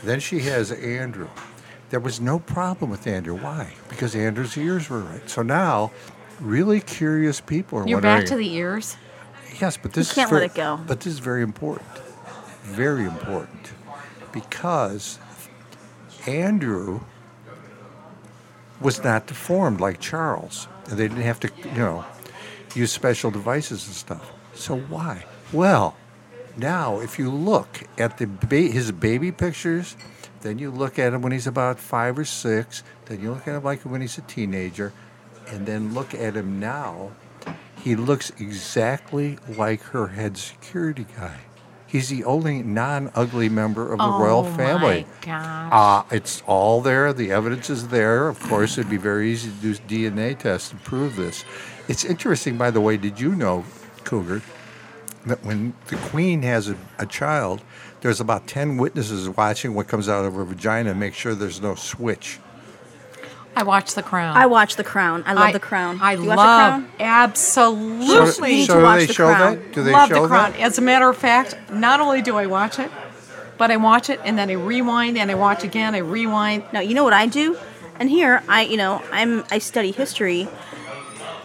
[SPEAKER 3] Then she has Andrew. There was no problem with Andrew. Why? Because Andrew's ears were right. So now, really curious people are
[SPEAKER 4] You're
[SPEAKER 3] wondering.
[SPEAKER 4] back to the ears.
[SPEAKER 3] Yes, but this
[SPEAKER 2] can't
[SPEAKER 3] is very,
[SPEAKER 2] let it go.
[SPEAKER 3] But this is very important, very important, because Andrew was not deformed like Charles, and they didn't have to, you know, use special devices and stuff. So why? Well, now if you look at the ba- his baby pictures, then you look at him when he's about five or six, then you look at him like when he's a teenager, and then look at him now he looks exactly like her head security guy. He's the only non-ugly member of the royal family.
[SPEAKER 4] Oh My gosh.
[SPEAKER 3] Uh, it's all there. The evidence is there. Of course, it'd be very easy to do DNA tests to prove this. It's interesting, by the way. Did you know, Cougar, that when the queen has a, a child, there's about ten witnesses watching what comes out of her vagina, and make sure there's no switch.
[SPEAKER 4] I watched The Crown.
[SPEAKER 2] I watch The Crown. I love
[SPEAKER 4] I-
[SPEAKER 2] The Crown.
[SPEAKER 4] I
[SPEAKER 2] Do you
[SPEAKER 4] love
[SPEAKER 2] watch The Crown?
[SPEAKER 4] absolutely.
[SPEAKER 2] So- need to
[SPEAKER 3] do
[SPEAKER 2] watch
[SPEAKER 3] they
[SPEAKER 2] The
[SPEAKER 3] show
[SPEAKER 2] Crown.
[SPEAKER 3] that? Do they
[SPEAKER 4] love
[SPEAKER 3] show
[SPEAKER 4] the crown.
[SPEAKER 3] that?
[SPEAKER 4] As a matter of fact, not only do I watch it, but I watch it and then I rewind and I watch again. I rewind.
[SPEAKER 2] No, you know what I do? And here, I you know, I'm I study history,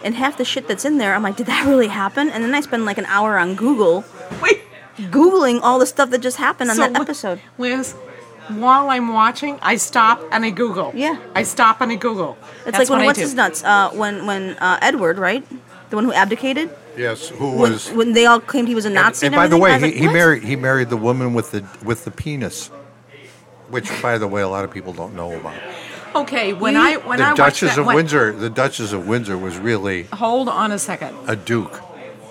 [SPEAKER 2] and half the shit that's in there, I'm like, did that really happen? And then I spend like an hour on Google,
[SPEAKER 4] Wait.
[SPEAKER 2] googling all the stuff that just happened on
[SPEAKER 4] so
[SPEAKER 2] that
[SPEAKER 4] Li-
[SPEAKER 2] episode.
[SPEAKER 4] Liz, while I'm watching, I stop and I Google.
[SPEAKER 2] Yeah.
[SPEAKER 4] I stop and I Google.
[SPEAKER 2] It's like
[SPEAKER 4] what
[SPEAKER 2] when
[SPEAKER 4] I
[SPEAKER 2] what's
[SPEAKER 4] do.
[SPEAKER 2] his nuts? Uh, when when uh, Edward, right? The one who abdicated.
[SPEAKER 3] Yes, who
[SPEAKER 2] When, when they all claimed he was a Nazi.
[SPEAKER 3] And, by the
[SPEAKER 2] everything, I
[SPEAKER 3] way,
[SPEAKER 2] was
[SPEAKER 3] he,
[SPEAKER 2] like,
[SPEAKER 3] he
[SPEAKER 2] "What?"
[SPEAKER 3] married he married the woman with the with the penis, which by the way, a lot of people don't know about.
[SPEAKER 4] Okay, when
[SPEAKER 2] You-
[SPEAKER 4] I when
[SPEAKER 3] the
[SPEAKER 4] I watch
[SPEAKER 3] Duchess
[SPEAKER 4] that
[SPEAKER 3] of
[SPEAKER 4] one-
[SPEAKER 3] Windsor, the Duchess of Windsor was really
[SPEAKER 4] Hold on a second.
[SPEAKER 3] a duke.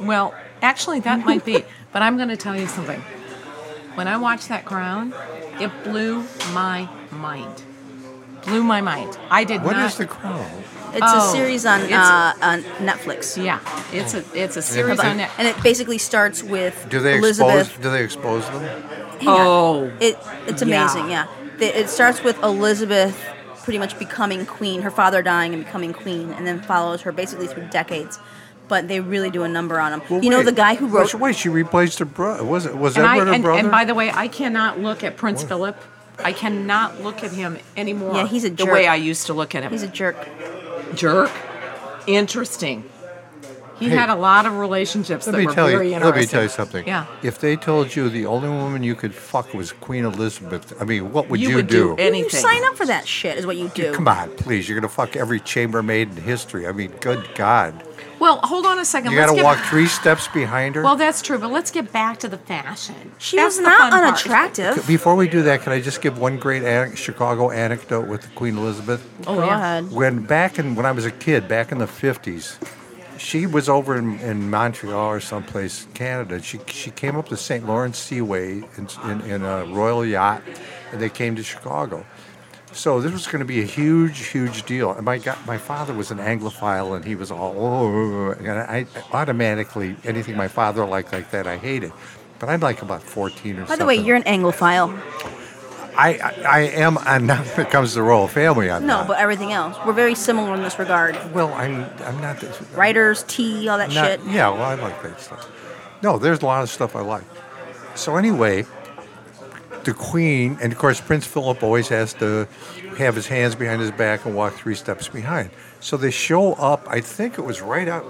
[SPEAKER 4] Well, actually, that might be. But I'm going to tell you something. When I watched that crown, it blew my mind. Blew my mind. I did
[SPEAKER 3] What
[SPEAKER 4] not.
[SPEAKER 3] is the crown?
[SPEAKER 2] It's
[SPEAKER 4] Oh,
[SPEAKER 2] a series on
[SPEAKER 4] it's-
[SPEAKER 2] uh, on Netflix.
[SPEAKER 4] Yeah, it's a it's a series
[SPEAKER 3] but-
[SPEAKER 4] on it.
[SPEAKER 2] And it basically starts with
[SPEAKER 3] Do they
[SPEAKER 2] Elizabeth.
[SPEAKER 3] expose? Do they expose them?
[SPEAKER 2] Hang on.
[SPEAKER 4] Oh.
[SPEAKER 2] it, it's
[SPEAKER 4] Yeah.
[SPEAKER 2] amazing. Yeah, They- it starts with Elizabeth pretty much becoming queen, her father dying and becoming queen, and then follows her basically through decades. But they really do a number on him. you know the guy who wrote.
[SPEAKER 3] Wait, she replaced her brother. Was it was
[SPEAKER 4] And, I,
[SPEAKER 3] Edward her
[SPEAKER 4] and,
[SPEAKER 3] brother?
[SPEAKER 4] and by the way, I cannot look at Prince Philip. I cannot look at him anymore.
[SPEAKER 2] Yeah, he's a
[SPEAKER 4] The way
[SPEAKER 2] jerk.
[SPEAKER 4] I used to look at him.
[SPEAKER 2] He's a jerk.
[SPEAKER 4] jerk. Interesting. He
[SPEAKER 3] Hey.
[SPEAKER 4] had a lot of relationships
[SPEAKER 3] let
[SPEAKER 4] that
[SPEAKER 3] me
[SPEAKER 4] were
[SPEAKER 3] tell
[SPEAKER 4] very
[SPEAKER 3] you. Let
[SPEAKER 4] interesting.
[SPEAKER 3] me tell you something.
[SPEAKER 4] Yeah.
[SPEAKER 3] If they told you the only woman you could fuck was Queen Elizabeth, I mean, what would
[SPEAKER 4] You
[SPEAKER 3] you,
[SPEAKER 4] would do any-
[SPEAKER 2] You
[SPEAKER 4] Anything.
[SPEAKER 2] sign up for that shit is what you do.
[SPEAKER 3] Come on, please. You're gonna fuck every chambermaid in history. I mean, good God.
[SPEAKER 4] Well, hold on a second.
[SPEAKER 3] You
[SPEAKER 4] Let's
[SPEAKER 3] got to
[SPEAKER 4] get-
[SPEAKER 3] walk three steps behind her.
[SPEAKER 4] Well, that's true, but let's get back to the fashion.
[SPEAKER 2] She was
[SPEAKER 4] That's the
[SPEAKER 2] not
[SPEAKER 4] fun part.
[SPEAKER 2] unattractive.
[SPEAKER 3] Before we do that, can I just give one great an- Chicago anecdote with Queen Elizabeth?
[SPEAKER 4] Oh,
[SPEAKER 2] Go
[SPEAKER 4] yeah.
[SPEAKER 2] ahead.
[SPEAKER 3] When back in when I was a kid, back in the fifties, she was over in, in Montreal or someplace, Canada. She she came up the St. Lawrence Seaway in, in, in a royal yacht, and they came to Chicago. So this was going to be a huge, huge deal. And my God, my father was an Anglophile, and he was all oh, and I automatically anything my father liked like that, I hated. But I'm like about fourteen or
[SPEAKER 2] By
[SPEAKER 3] something.
[SPEAKER 2] the way, you're an Anglophile.
[SPEAKER 3] I, I, I am, I'm not when it comes to the royal family. I'm
[SPEAKER 2] No,
[SPEAKER 3] not.
[SPEAKER 2] but everything else. We're very similar in this regard.
[SPEAKER 3] well, I'm, I'm not. the-
[SPEAKER 2] Writers, tea, all that
[SPEAKER 3] not-
[SPEAKER 2] shit.
[SPEAKER 3] Yeah, well, I like that stuff. No, there's a lot of stuff I like. So anyway, the Queen, and of course Prince Philip always has to have his hands behind his back and walk three steps behind. So they show up. I think it was right out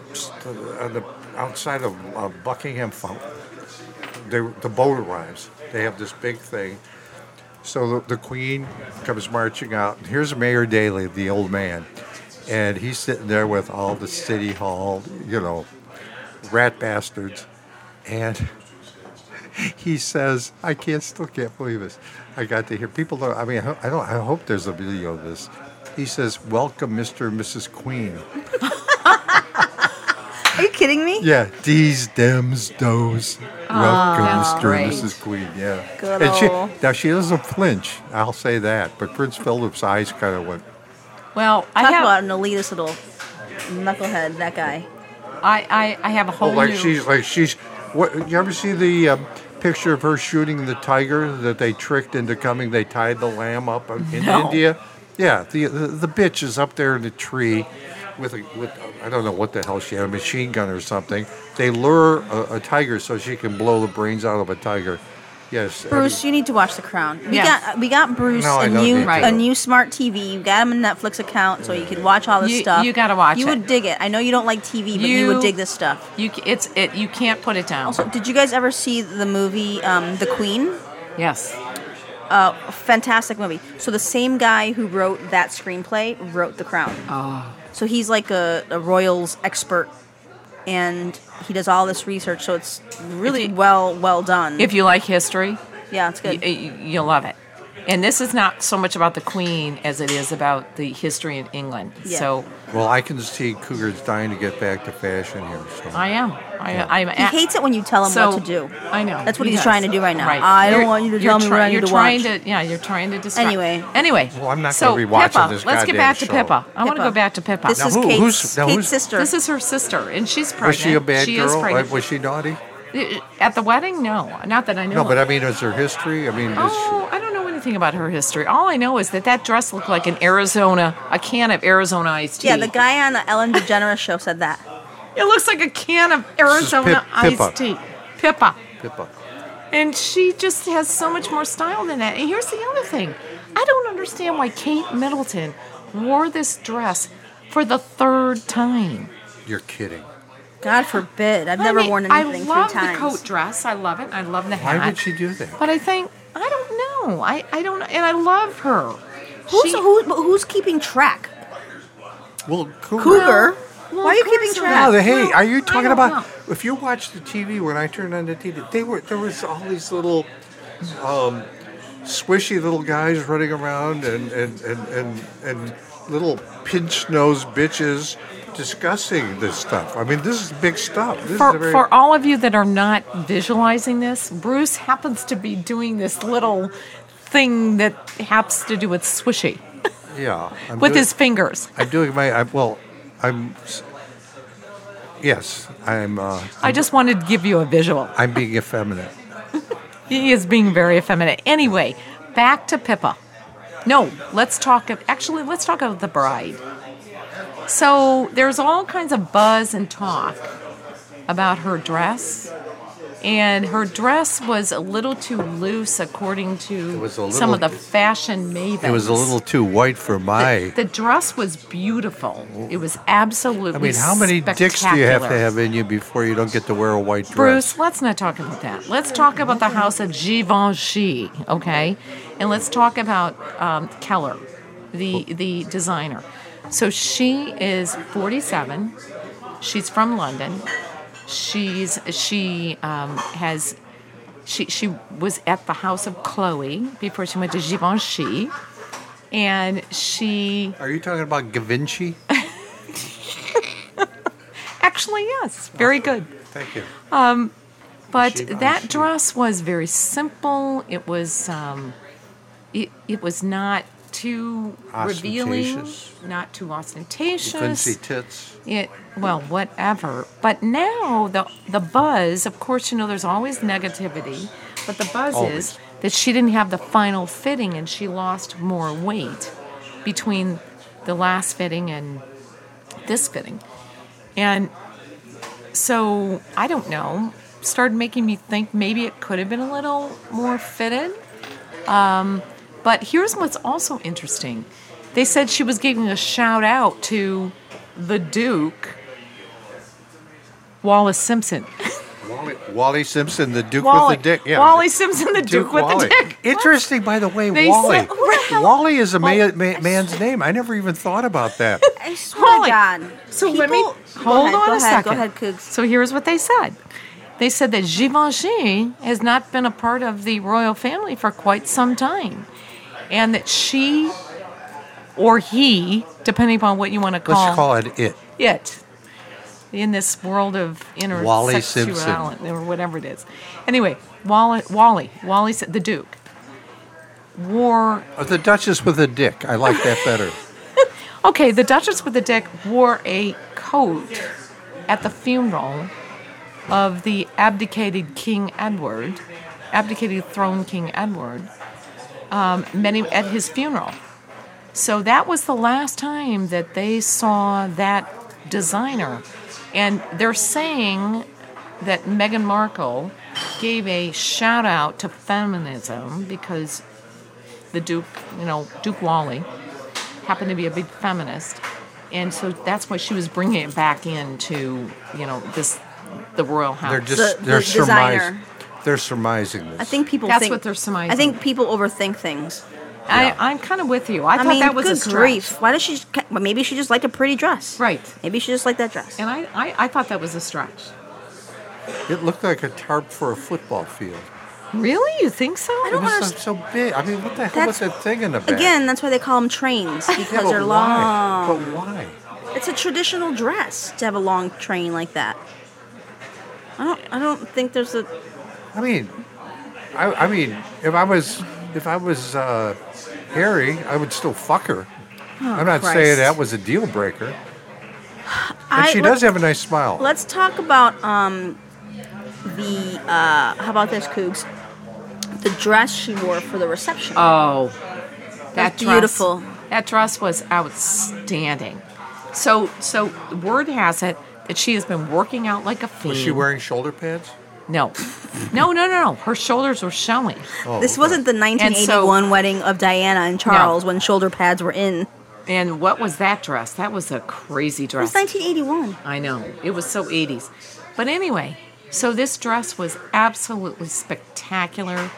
[SPEAKER 3] on the outside of uh, Buckingham Fountain. They, the boat arrives. They have this big thing. So the, the Queen comes marching out. And here's Mayor Daley, the old man, and he's sitting there with all the city hall, you know, rat bastards, and he says, "I can't, still can't believe this. I got to hear people. Don't, I mean, I ho- I don't. I hope there's a video of this." He says, "Welcome, Mr. and Mrs. Queen."
[SPEAKER 2] Are you kidding me?
[SPEAKER 3] Yeah, these dems does. Welcome, Mr.
[SPEAKER 4] great.
[SPEAKER 3] and Mrs. Queen. Yeah.
[SPEAKER 2] Good
[SPEAKER 3] And she-
[SPEAKER 2] ol'.
[SPEAKER 3] now she doesn't flinch. I'll say that. But Prince Philip's eyes kind of went.
[SPEAKER 4] Well, I
[SPEAKER 2] Talk
[SPEAKER 4] have
[SPEAKER 2] about an elitist little knucklehead, that guy.
[SPEAKER 4] I, I I have a
[SPEAKER 3] Oh,
[SPEAKER 4] whole
[SPEAKER 3] like
[SPEAKER 4] new.
[SPEAKER 3] she's like she's. What? You ever see the um, picture of her shooting the tiger that they tricked into coming? They tied the lamb up in in India. Yeah, the, the the bitch is up there in the tree, with a with I don't know what the hell she had a machine gun or something. They lure a, a tiger so she can blow the brains out of a tiger. Yes, I mean-
[SPEAKER 2] Bruce, you need to watch The Crown. We
[SPEAKER 4] Yes.
[SPEAKER 2] got we got Bruce
[SPEAKER 3] No, I
[SPEAKER 2] a
[SPEAKER 3] don't
[SPEAKER 2] new
[SPEAKER 3] need
[SPEAKER 4] to.
[SPEAKER 2] a new smart TV. You got him a Netflix account so you can watch all this
[SPEAKER 4] You-
[SPEAKER 2] stuff.
[SPEAKER 4] you gotta watch
[SPEAKER 2] You
[SPEAKER 4] it.
[SPEAKER 2] would dig it. I know you don't like TV, but you,
[SPEAKER 4] You-
[SPEAKER 2] would dig this stuff.
[SPEAKER 4] You c- it's it you can't put it down.
[SPEAKER 2] Also, did you guys ever see the movie um, The Queen?
[SPEAKER 4] yes.
[SPEAKER 2] fantastic movie. So the same guy who wrote that screenplay wrote The Crown. Oh. So he's like a, a royals expert, and he does all this research. So it's really well well done.
[SPEAKER 4] If you like history,
[SPEAKER 2] yeah, it's good.
[SPEAKER 4] y- y- you'll love it. And this is not so much about the Queen as it is about the history in England.
[SPEAKER 2] Yeah.
[SPEAKER 4] So
[SPEAKER 3] Well, I can see Cougars dying to get back to fashion here. So.
[SPEAKER 4] I am. I I'm
[SPEAKER 2] he hates it when you tell him
[SPEAKER 4] so,
[SPEAKER 2] what to do.
[SPEAKER 4] I know.
[SPEAKER 2] That's what
[SPEAKER 4] he
[SPEAKER 2] he's
[SPEAKER 4] does.
[SPEAKER 2] trying to do right now.
[SPEAKER 4] Right.
[SPEAKER 2] I don't
[SPEAKER 4] You're-
[SPEAKER 2] want you to
[SPEAKER 4] you're
[SPEAKER 2] tell me what
[SPEAKER 4] try-
[SPEAKER 2] I need
[SPEAKER 4] You're
[SPEAKER 2] to
[SPEAKER 4] trying
[SPEAKER 2] watch.
[SPEAKER 4] to. Yeah, you're trying to distract.
[SPEAKER 2] Anyway.
[SPEAKER 4] Anyway.
[SPEAKER 3] Well, I'm not
[SPEAKER 4] so,
[SPEAKER 3] gonna be watching
[SPEAKER 4] Pippa,
[SPEAKER 3] this
[SPEAKER 4] Let's get
[SPEAKER 3] goddamn
[SPEAKER 4] back to
[SPEAKER 3] show.
[SPEAKER 4] Pippa. I want to
[SPEAKER 2] Pippa.
[SPEAKER 4] go back to Pippa.
[SPEAKER 2] This
[SPEAKER 3] Now
[SPEAKER 2] is
[SPEAKER 3] who-
[SPEAKER 2] Kate's,
[SPEAKER 3] who's- now
[SPEAKER 2] Kate's
[SPEAKER 3] who's-
[SPEAKER 2] sister.
[SPEAKER 4] This is her sister, and she's pregnant.
[SPEAKER 3] Was she a bad
[SPEAKER 4] she Is
[SPEAKER 3] girl? Like,
[SPEAKER 4] pregnant. Uh,
[SPEAKER 3] was she naughty?
[SPEAKER 4] At the wedding? No, not that I know.
[SPEAKER 3] No, but I
[SPEAKER 4] of.
[SPEAKER 3] mean, is her history? I mean, is
[SPEAKER 4] Oh, I don't know anything about her history. All I know is that that dress looked like an Arizona, a can of Arizona iced tea.
[SPEAKER 2] yeah, the guy on the Ellen DeGeneres show said that.
[SPEAKER 4] It looks like a can of
[SPEAKER 3] is Pip-
[SPEAKER 4] Arizona
[SPEAKER 3] Pippa.
[SPEAKER 4] iced tea. Pippa.
[SPEAKER 3] she Pippa?
[SPEAKER 4] And she just has so much more style than that. And here's the other thing I don't understand why Kate Middleton wore this dress for the third time.
[SPEAKER 3] You're kidding.
[SPEAKER 2] God forbid. I've
[SPEAKER 4] I
[SPEAKER 2] never
[SPEAKER 4] mean,
[SPEAKER 2] worn anything
[SPEAKER 4] I love
[SPEAKER 2] three times.
[SPEAKER 4] the coat dress. I love it. I love the
[SPEAKER 3] Why
[SPEAKER 4] hat.
[SPEAKER 3] would she do that?
[SPEAKER 4] But I think, I don't know. I, I don't, and I love her.
[SPEAKER 2] Who's,
[SPEAKER 4] She-
[SPEAKER 2] who, who's keeping track?
[SPEAKER 3] Well,
[SPEAKER 2] Cougar.
[SPEAKER 4] Well,
[SPEAKER 2] Why are you
[SPEAKER 4] of course
[SPEAKER 2] keeping
[SPEAKER 4] there
[SPEAKER 2] track?
[SPEAKER 3] No,
[SPEAKER 4] is.
[SPEAKER 3] the, hey,
[SPEAKER 4] Well,
[SPEAKER 3] are you
[SPEAKER 4] I
[SPEAKER 3] talking
[SPEAKER 4] don't
[SPEAKER 3] about?
[SPEAKER 4] know.
[SPEAKER 3] If you watch the TV, when I turned on the TV, they were there was all these little, um, swishy little guys running around and and and and, and little pinch nosed bitches discussing this stuff. I mean, this is big stuff. This is a
[SPEAKER 4] For,
[SPEAKER 3] very,
[SPEAKER 4] for all of you that are not visualizing this, Bruce happens to be doing this little thing that has to do with swishy
[SPEAKER 3] yeah, I'm
[SPEAKER 4] with
[SPEAKER 3] doing-
[SPEAKER 4] his fingers.
[SPEAKER 3] I'm doing my I, well. I'm s- yes, I'm. Uh,
[SPEAKER 4] I just wanted to give you a visual.
[SPEAKER 3] I'm being effeminate.
[SPEAKER 4] He is being very effeminate. Anyway, back to Pippa. No, let's talk. Of, actually, let's talk about the bride. So there's all kinds of buzz and talk about her dress, and her dress was a little too loose, according to
[SPEAKER 3] was a
[SPEAKER 4] some of the
[SPEAKER 3] little-
[SPEAKER 4] fashion mavens.
[SPEAKER 3] It was a little too white for my.
[SPEAKER 4] The, the dress was beautiful. It was absolutely.
[SPEAKER 3] I mean, how many dicks do you have to
[SPEAKER 4] spectacular.
[SPEAKER 3] have in you before you don't get to wear a white dress?
[SPEAKER 4] Bruce, let's not talk about that. Let's talk about the house of Givenchy, okay? And let's talk about um, Keller, the the designer. So she is 47. She's from London. She's she um, has she she was at the house of Chloe before she went to Givenchy, and she
[SPEAKER 3] Are you talking about Gavinci?
[SPEAKER 4] actually yes, very good.
[SPEAKER 3] Thank you.
[SPEAKER 4] But
[SPEAKER 3] She- I see.
[SPEAKER 4] that dress was very simple. It was um, it, it was not too revealing,
[SPEAKER 3] Ostentatious.
[SPEAKER 4] not too
[SPEAKER 3] You couldn't see
[SPEAKER 4] ostentatious.
[SPEAKER 3] tits.
[SPEAKER 4] It well, whatever. But now the the buzz, of course, you know, there's always negativity, but the buzz
[SPEAKER 3] Always.
[SPEAKER 4] is that she didn't have the final fitting and she lost more weight between the last fitting and this fitting. And so I don't know. Started making me think maybe it could have been a little more fitted. Um, but here's what's also interesting. They said she was giving a shout out to the Duke, Wallace Simpson.
[SPEAKER 3] Wally, Wally Simpson, the Duke
[SPEAKER 4] Wally,
[SPEAKER 3] with the dick. Yeah.
[SPEAKER 4] Wally Simpson, the Duke, with
[SPEAKER 3] Wally.
[SPEAKER 4] the dick.
[SPEAKER 3] Interesting, by the way,
[SPEAKER 4] They
[SPEAKER 3] Wally.
[SPEAKER 4] said- who the hell-
[SPEAKER 3] Wally is a ma-
[SPEAKER 4] Oh,
[SPEAKER 3] ma- man's name. I never even thought about that.
[SPEAKER 2] I swear
[SPEAKER 4] Holy-
[SPEAKER 2] to Oh God.
[SPEAKER 4] So let me
[SPEAKER 2] People- go
[SPEAKER 4] hold
[SPEAKER 2] ahead,
[SPEAKER 4] on
[SPEAKER 2] go
[SPEAKER 4] a
[SPEAKER 2] ahead,
[SPEAKER 4] second.
[SPEAKER 2] Go ahead, Coogs.
[SPEAKER 4] So here's what they said. They said that Givenchy has not been a part of the royal family for quite some time, and that she or he, depending upon what you want to
[SPEAKER 3] Let's
[SPEAKER 4] call,
[SPEAKER 3] call it it.
[SPEAKER 4] it, in this world of intersexuality
[SPEAKER 3] Wally Simpson.
[SPEAKER 4] or whatever it is. Anyway, Wally, Wally, Wally, Sim- the Duke, wore
[SPEAKER 3] Oh, the Duchess with a dick. I like that better.
[SPEAKER 4] Okay, the Duchess with the Dick wore a coat at the funeral of the abdicated King Edward, abdicated throne King Edward, um, many at his funeral. So that was the last time that they saw that designer, and they're saying that Meghan Markle gave a shout out to feminism because the Duke, you know, Duke Wally happened to be a big feminist, and so that's why she was bringing it back into you know this the royal house.
[SPEAKER 3] They're just
[SPEAKER 2] The-
[SPEAKER 3] they're
[SPEAKER 2] the designer.
[SPEAKER 3] surmising. They're surmising this.
[SPEAKER 2] I think people
[SPEAKER 4] That's
[SPEAKER 2] think
[SPEAKER 4] what they're surmising.
[SPEAKER 2] I think people overthink things.
[SPEAKER 4] I, I'm kind of with you. I,
[SPEAKER 2] I
[SPEAKER 4] thought
[SPEAKER 2] mean,
[SPEAKER 4] that was
[SPEAKER 2] good
[SPEAKER 4] a stretch.
[SPEAKER 2] grief. Why does she? just ca- Well, maybe she just liked a pretty dress.
[SPEAKER 4] Right.
[SPEAKER 2] Maybe she just liked that dress.
[SPEAKER 4] And I, I, I thought that was a stretch.
[SPEAKER 3] it looked like a tarp for a football field.
[SPEAKER 4] Really? You think so?
[SPEAKER 3] It was so, so big. I mean, what the hell was
[SPEAKER 2] That's-
[SPEAKER 3] that thing in the back?
[SPEAKER 2] Again, that's why they call them trains because
[SPEAKER 3] Yeah, but
[SPEAKER 2] they're
[SPEAKER 3] why?
[SPEAKER 2] long.
[SPEAKER 3] But why?
[SPEAKER 2] It's a traditional dress to have a long train like that. I don't. I don't think there's a.
[SPEAKER 3] I mean, I, I mean, if I was if I was uh, Harry, I would still fuck her. I'm not saying
[SPEAKER 2] Oh, Christ.
[SPEAKER 3] that was a deal breaker. And
[SPEAKER 2] I-
[SPEAKER 3] she
[SPEAKER 2] let-
[SPEAKER 3] does have a nice smile.
[SPEAKER 2] Let's talk about um, the. Uh, how about this, Cougs? The dress she wore for the reception.
[SPEAKER 4] Oh, that dress,
[SPEAKER 2] beautiful.
[SPEAKER 4] That dress was outstanding. So, so word has it that she has been working out like a fiend.
[SPEAKER 3] was she wearing shoulder pads?
[SPEAKER 4] No, no, no, no, no. Her shoulders were showing.
[SPEAKER 3] Oh,
[SPEAKER 2] this
[SPEAKER 3] okay.
[SPEAKER 2] wasn't the
[SPEAKER 4] And
[SPEAKER 2] 1981
[SPEAKER 4] so-
[SPEAKER 2] wedding of Diana and Charles when shoulder pads were in.
[SPEAKER 4] And what was that dress? That was a crazy
[SPEAKER 2] It was
[SPEAKER 4] dress.
[SPEAKER 2] 1981.
[SPEAKER 4] I know. It was so 80s. But anyway, so this dress was absolutely spectacular.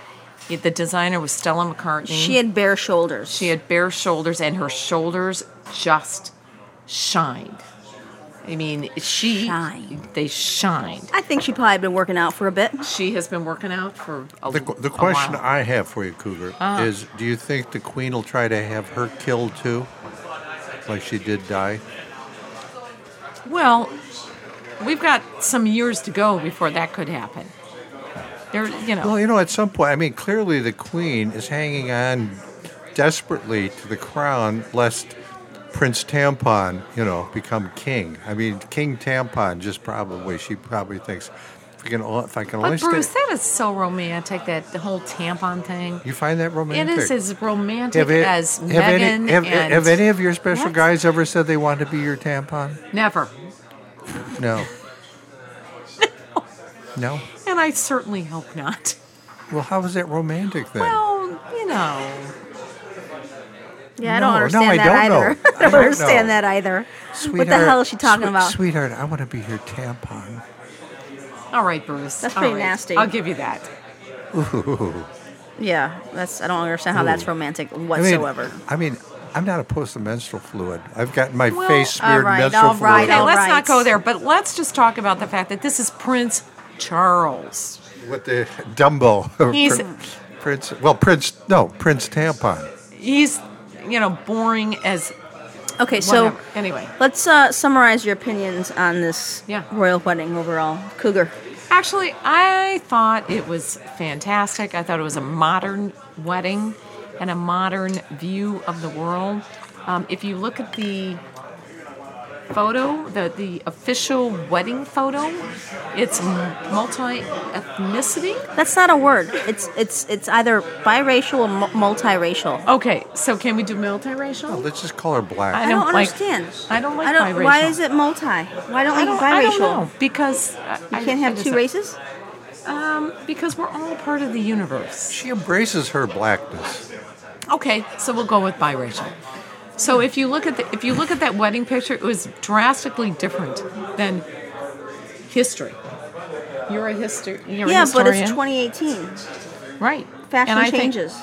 [SPEAKER 4] It- the designer was Stella McCartney.
[SPEAKER 2] She had bare shoulders.
[SPEAKER 4] she had bare shoulders, and her shoulders just shined. I mean, she
[SPEAKER 2] Shined.
[SPEAKER 4] they shined.
[SPEAKER 2] I think she probably had been working out for a bit.
[SPEAKER 4] She has been working out for a
[SPEAKER 3] The, the
[SPEAKER 4] a
[SPEAKER 3] question
[SPEAKER 4] while.
[SPEAKER 3] I have for you, Cougar, is do you think the queen will try to have her killed too? Like she did die?
[SPEAKER 4] Well, we've got some years to go before that could happen. There, you know.
[SPEAKER 3] Well, you know, at some point, I mean, clearly the queen is hanging on desperately to the crown lest Prince Tampon, you know, become king. I mean, King Tampon just probably, she probably thinks, if I can, o- if I can only
[SPEAKER 4] but Bruce,
[SPEAKER 3] stay.
[SPEAKER 4] that is so romantic. That the whole tampon thing.
[SPEAKER 3] You find that
[SPEAKER 4] It
[SPEAKER 3] romantic?
[SPEAKER 4] is as romantic
[SPEAKER 3] it-
[SPEAKER 4] as
[SPEAKER 3] have
[SPEAKER 4] Megan
[SPEAKER 3] any, have,
[SPEAKER 4] and
[SPEAKER 3] have any of your special
[SPEAKER 4] What?
[SPEAKER 3] guys ever said they wanted to be your tampon?
[SPEAKER 4] never.
[SPEAKER 3] No. no?
[SPEAKER 4] And I certainly hope not.
[SPEAKER 3] Well, how is that romantic then?
[SPEAKER 4] Well, you know,
[SPEAKER 2] Yeah,
[SPEAKER 3] No,
[SPEAKER 2] I
[SPEAKER 3] no,
[SPEAKER 2] don't understand
[SPEAKER 3] I
[SPEAKER 2] that
[SPEAKER 3] don't know.
[SPEAKER 2] either.
[SPEAKER 3] I
[SPEAKER 2] I don't
[SPEAKER 3] don't
[SPEAKER 2] understand
[SPEAKER 3] know.
[SPEAKER 2] that either.
[SPEAKER 3] sweetheart,
[SPEAKER 2] what the hell is she talking
[SPEAKER 3] sweet-
[SPEAKER 2] about?
[SPEAKER 3] Sweetheart, I want to be your tampon.
[SPEAKER 4] all right, Bruce.
[SPEAKER 2] That's
[SPEAKER 4] all
[SPEAKER 2] pretty
[SPEAKER 4] right.
[SPEAKER 2] nasty.
[SPEAKER 4] I'll give you that.
[SPEAKER 2] Yeah, that's I don't understand how that's
[SPEAKER 3] Ooh.
[SPEAKER 2] romantic
[SPEAKER 3] I mean,
[SPEAKER 2] whatsoever.
[SPEAKER 3] I mean, I'm not opposed to menstrual fluid. I've gotten my
[SPEAKER 4] Well,
[SPEAKER 3] face
[SPEAKER 2] all
[SPEAKER 3] smeared
[SPEAKER 2] right,
[SPEAKER 3] menstrual
[SPEAKER 2] all right,
[SPEAKER 3] fluid.
[SPEAKER 4] Okay,
[SPEAKER 2] all
[SPEAKER 4] let's
[SPEAKER 2] right.
[SPEAKER 4] not go there. But let's just talk about the fact that this is Prince Charles.
[SPEAKER 3] With the Dumbo.
[SPEAKER 4] He's-
[SPEAKER 3] Prince, well, Prince, no, Prince tampon.
[SPEAKER 4] He's, you know, boring as
[SPEAKER 2] okay, so
[SPEAKER 4] whatever. anyway,
[SPEAKER 2] let's uh, summarize your opinions on this
[SPEAKER 4] Yeah.
[SPEAKER 2] royal wedding overall. Cougar.
[SPEAKER 4] actually, I thought it was fantastic. I thought it was a modern wedding and a modern view of the world. Um, if you look at the photo, the, the official wedding photo, it's multi ethnicity.
[SPEAKER 2] That's not a word. It's it's it's either biracial or mu- multiracial.
[SPEAKER 4] Okay, so can we do multiracial?
[SPEAKER 3] Let's just call her
[SPEAKER 4] Oh, I
[SPEAKER 3] black.
[SPEAKER 2] I don't,
[SPEAKER 4] don't like-
[SPEAKER 2] understand.
[SPEAKER 4] I don't like biracial.
[SPEAKER 2] Why is it multi? Why don't
[SPEAKER 4] I
[SPEAKER 2] you
[SPEAKER 4] don't,
[SPEAKER 2] biracial?
[SPEAKER 4] I don't know because you
[SPEAKER 2] You can't have two races.
[SPEAKER 4] Um, because we're all part of the universe.
[SPEAKER 3] She embraces her blackness.
[SPEAKER 4] Okay, so we'll go with biracial. So if you look at the, if you look at that wedding picture, it was drastically different than history. You're a history. You're a
[SPEAKER 2] Yeah, but
[SPEAKER 4] historian.
[SPEAKER 2] it's 2018.
[SPEAKER 4] right.
[SPEAKER 2] fashion
[SPEAKER 4] And I think-
[SPEAKER 2] changes.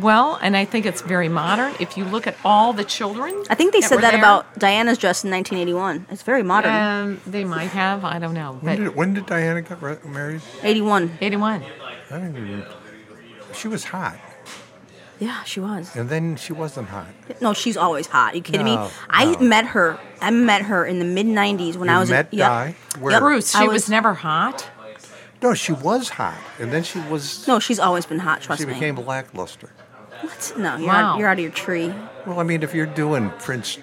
[SPEAKER 4] well, and I think it's very modern. If you look at all the children,
[SPEAKER 2] I think they said
[SPEAKER 4] were
[SPEAKER 2] that
[SPEAKER 4] there,
[SPEAKER 2] about Diana's dress in 1981. It's very modern.
[SPEAKER 4] Um, they might have. I don't know.
[SPEAKER 3] When
[SPEAKER 2] Mm-hmm.
[SPEAKER 4] But
[SPEAKER 3] did, when did Diana get re- married?
[SPEAKER 2] 81.
[SPEAKER 4] eighty-one.
[SPEAKER 3] I don't even. She was hot.
[SPEAKER 2] Yeah, she was.
[SPEAKER 3] And then she wasn't hot.
[SPEAKER 2] No, she's always hot. you kidding
[SPEAKER 3] No,
[SPEAKER 2] me? I
[SPEAKER 3] no.
[SPEAKER 2] met her. I met her in the mid '90s when
[SPEAKER 3] You
[SPEAKER 2] I was
[SPEAKER 3] met
[SPEAKER 2] a, yep.
[SPEAKER 3] Di? Where?
[SPEAKER 2] Yep.
[SPEAKER 4] Bruce,
[SPEAKER 2] I
[SPEAKER 4] she was, never hot.
[SPEAKER 3] No, she was hot, and then she was.
[SPEAKER 2] No, she's always been hot. Trust
[SPEAKER 3] she
[SPEAKER 2] me.
[SPEAKER 3] became lackluster.
[SPEAKER 2] what? No, you're,
[SPEAKER 4] Wow.
[SPEAKER 2] out, you're out of your tree.
[SPEAKER 3] Well, I mean, if you're doing Prince,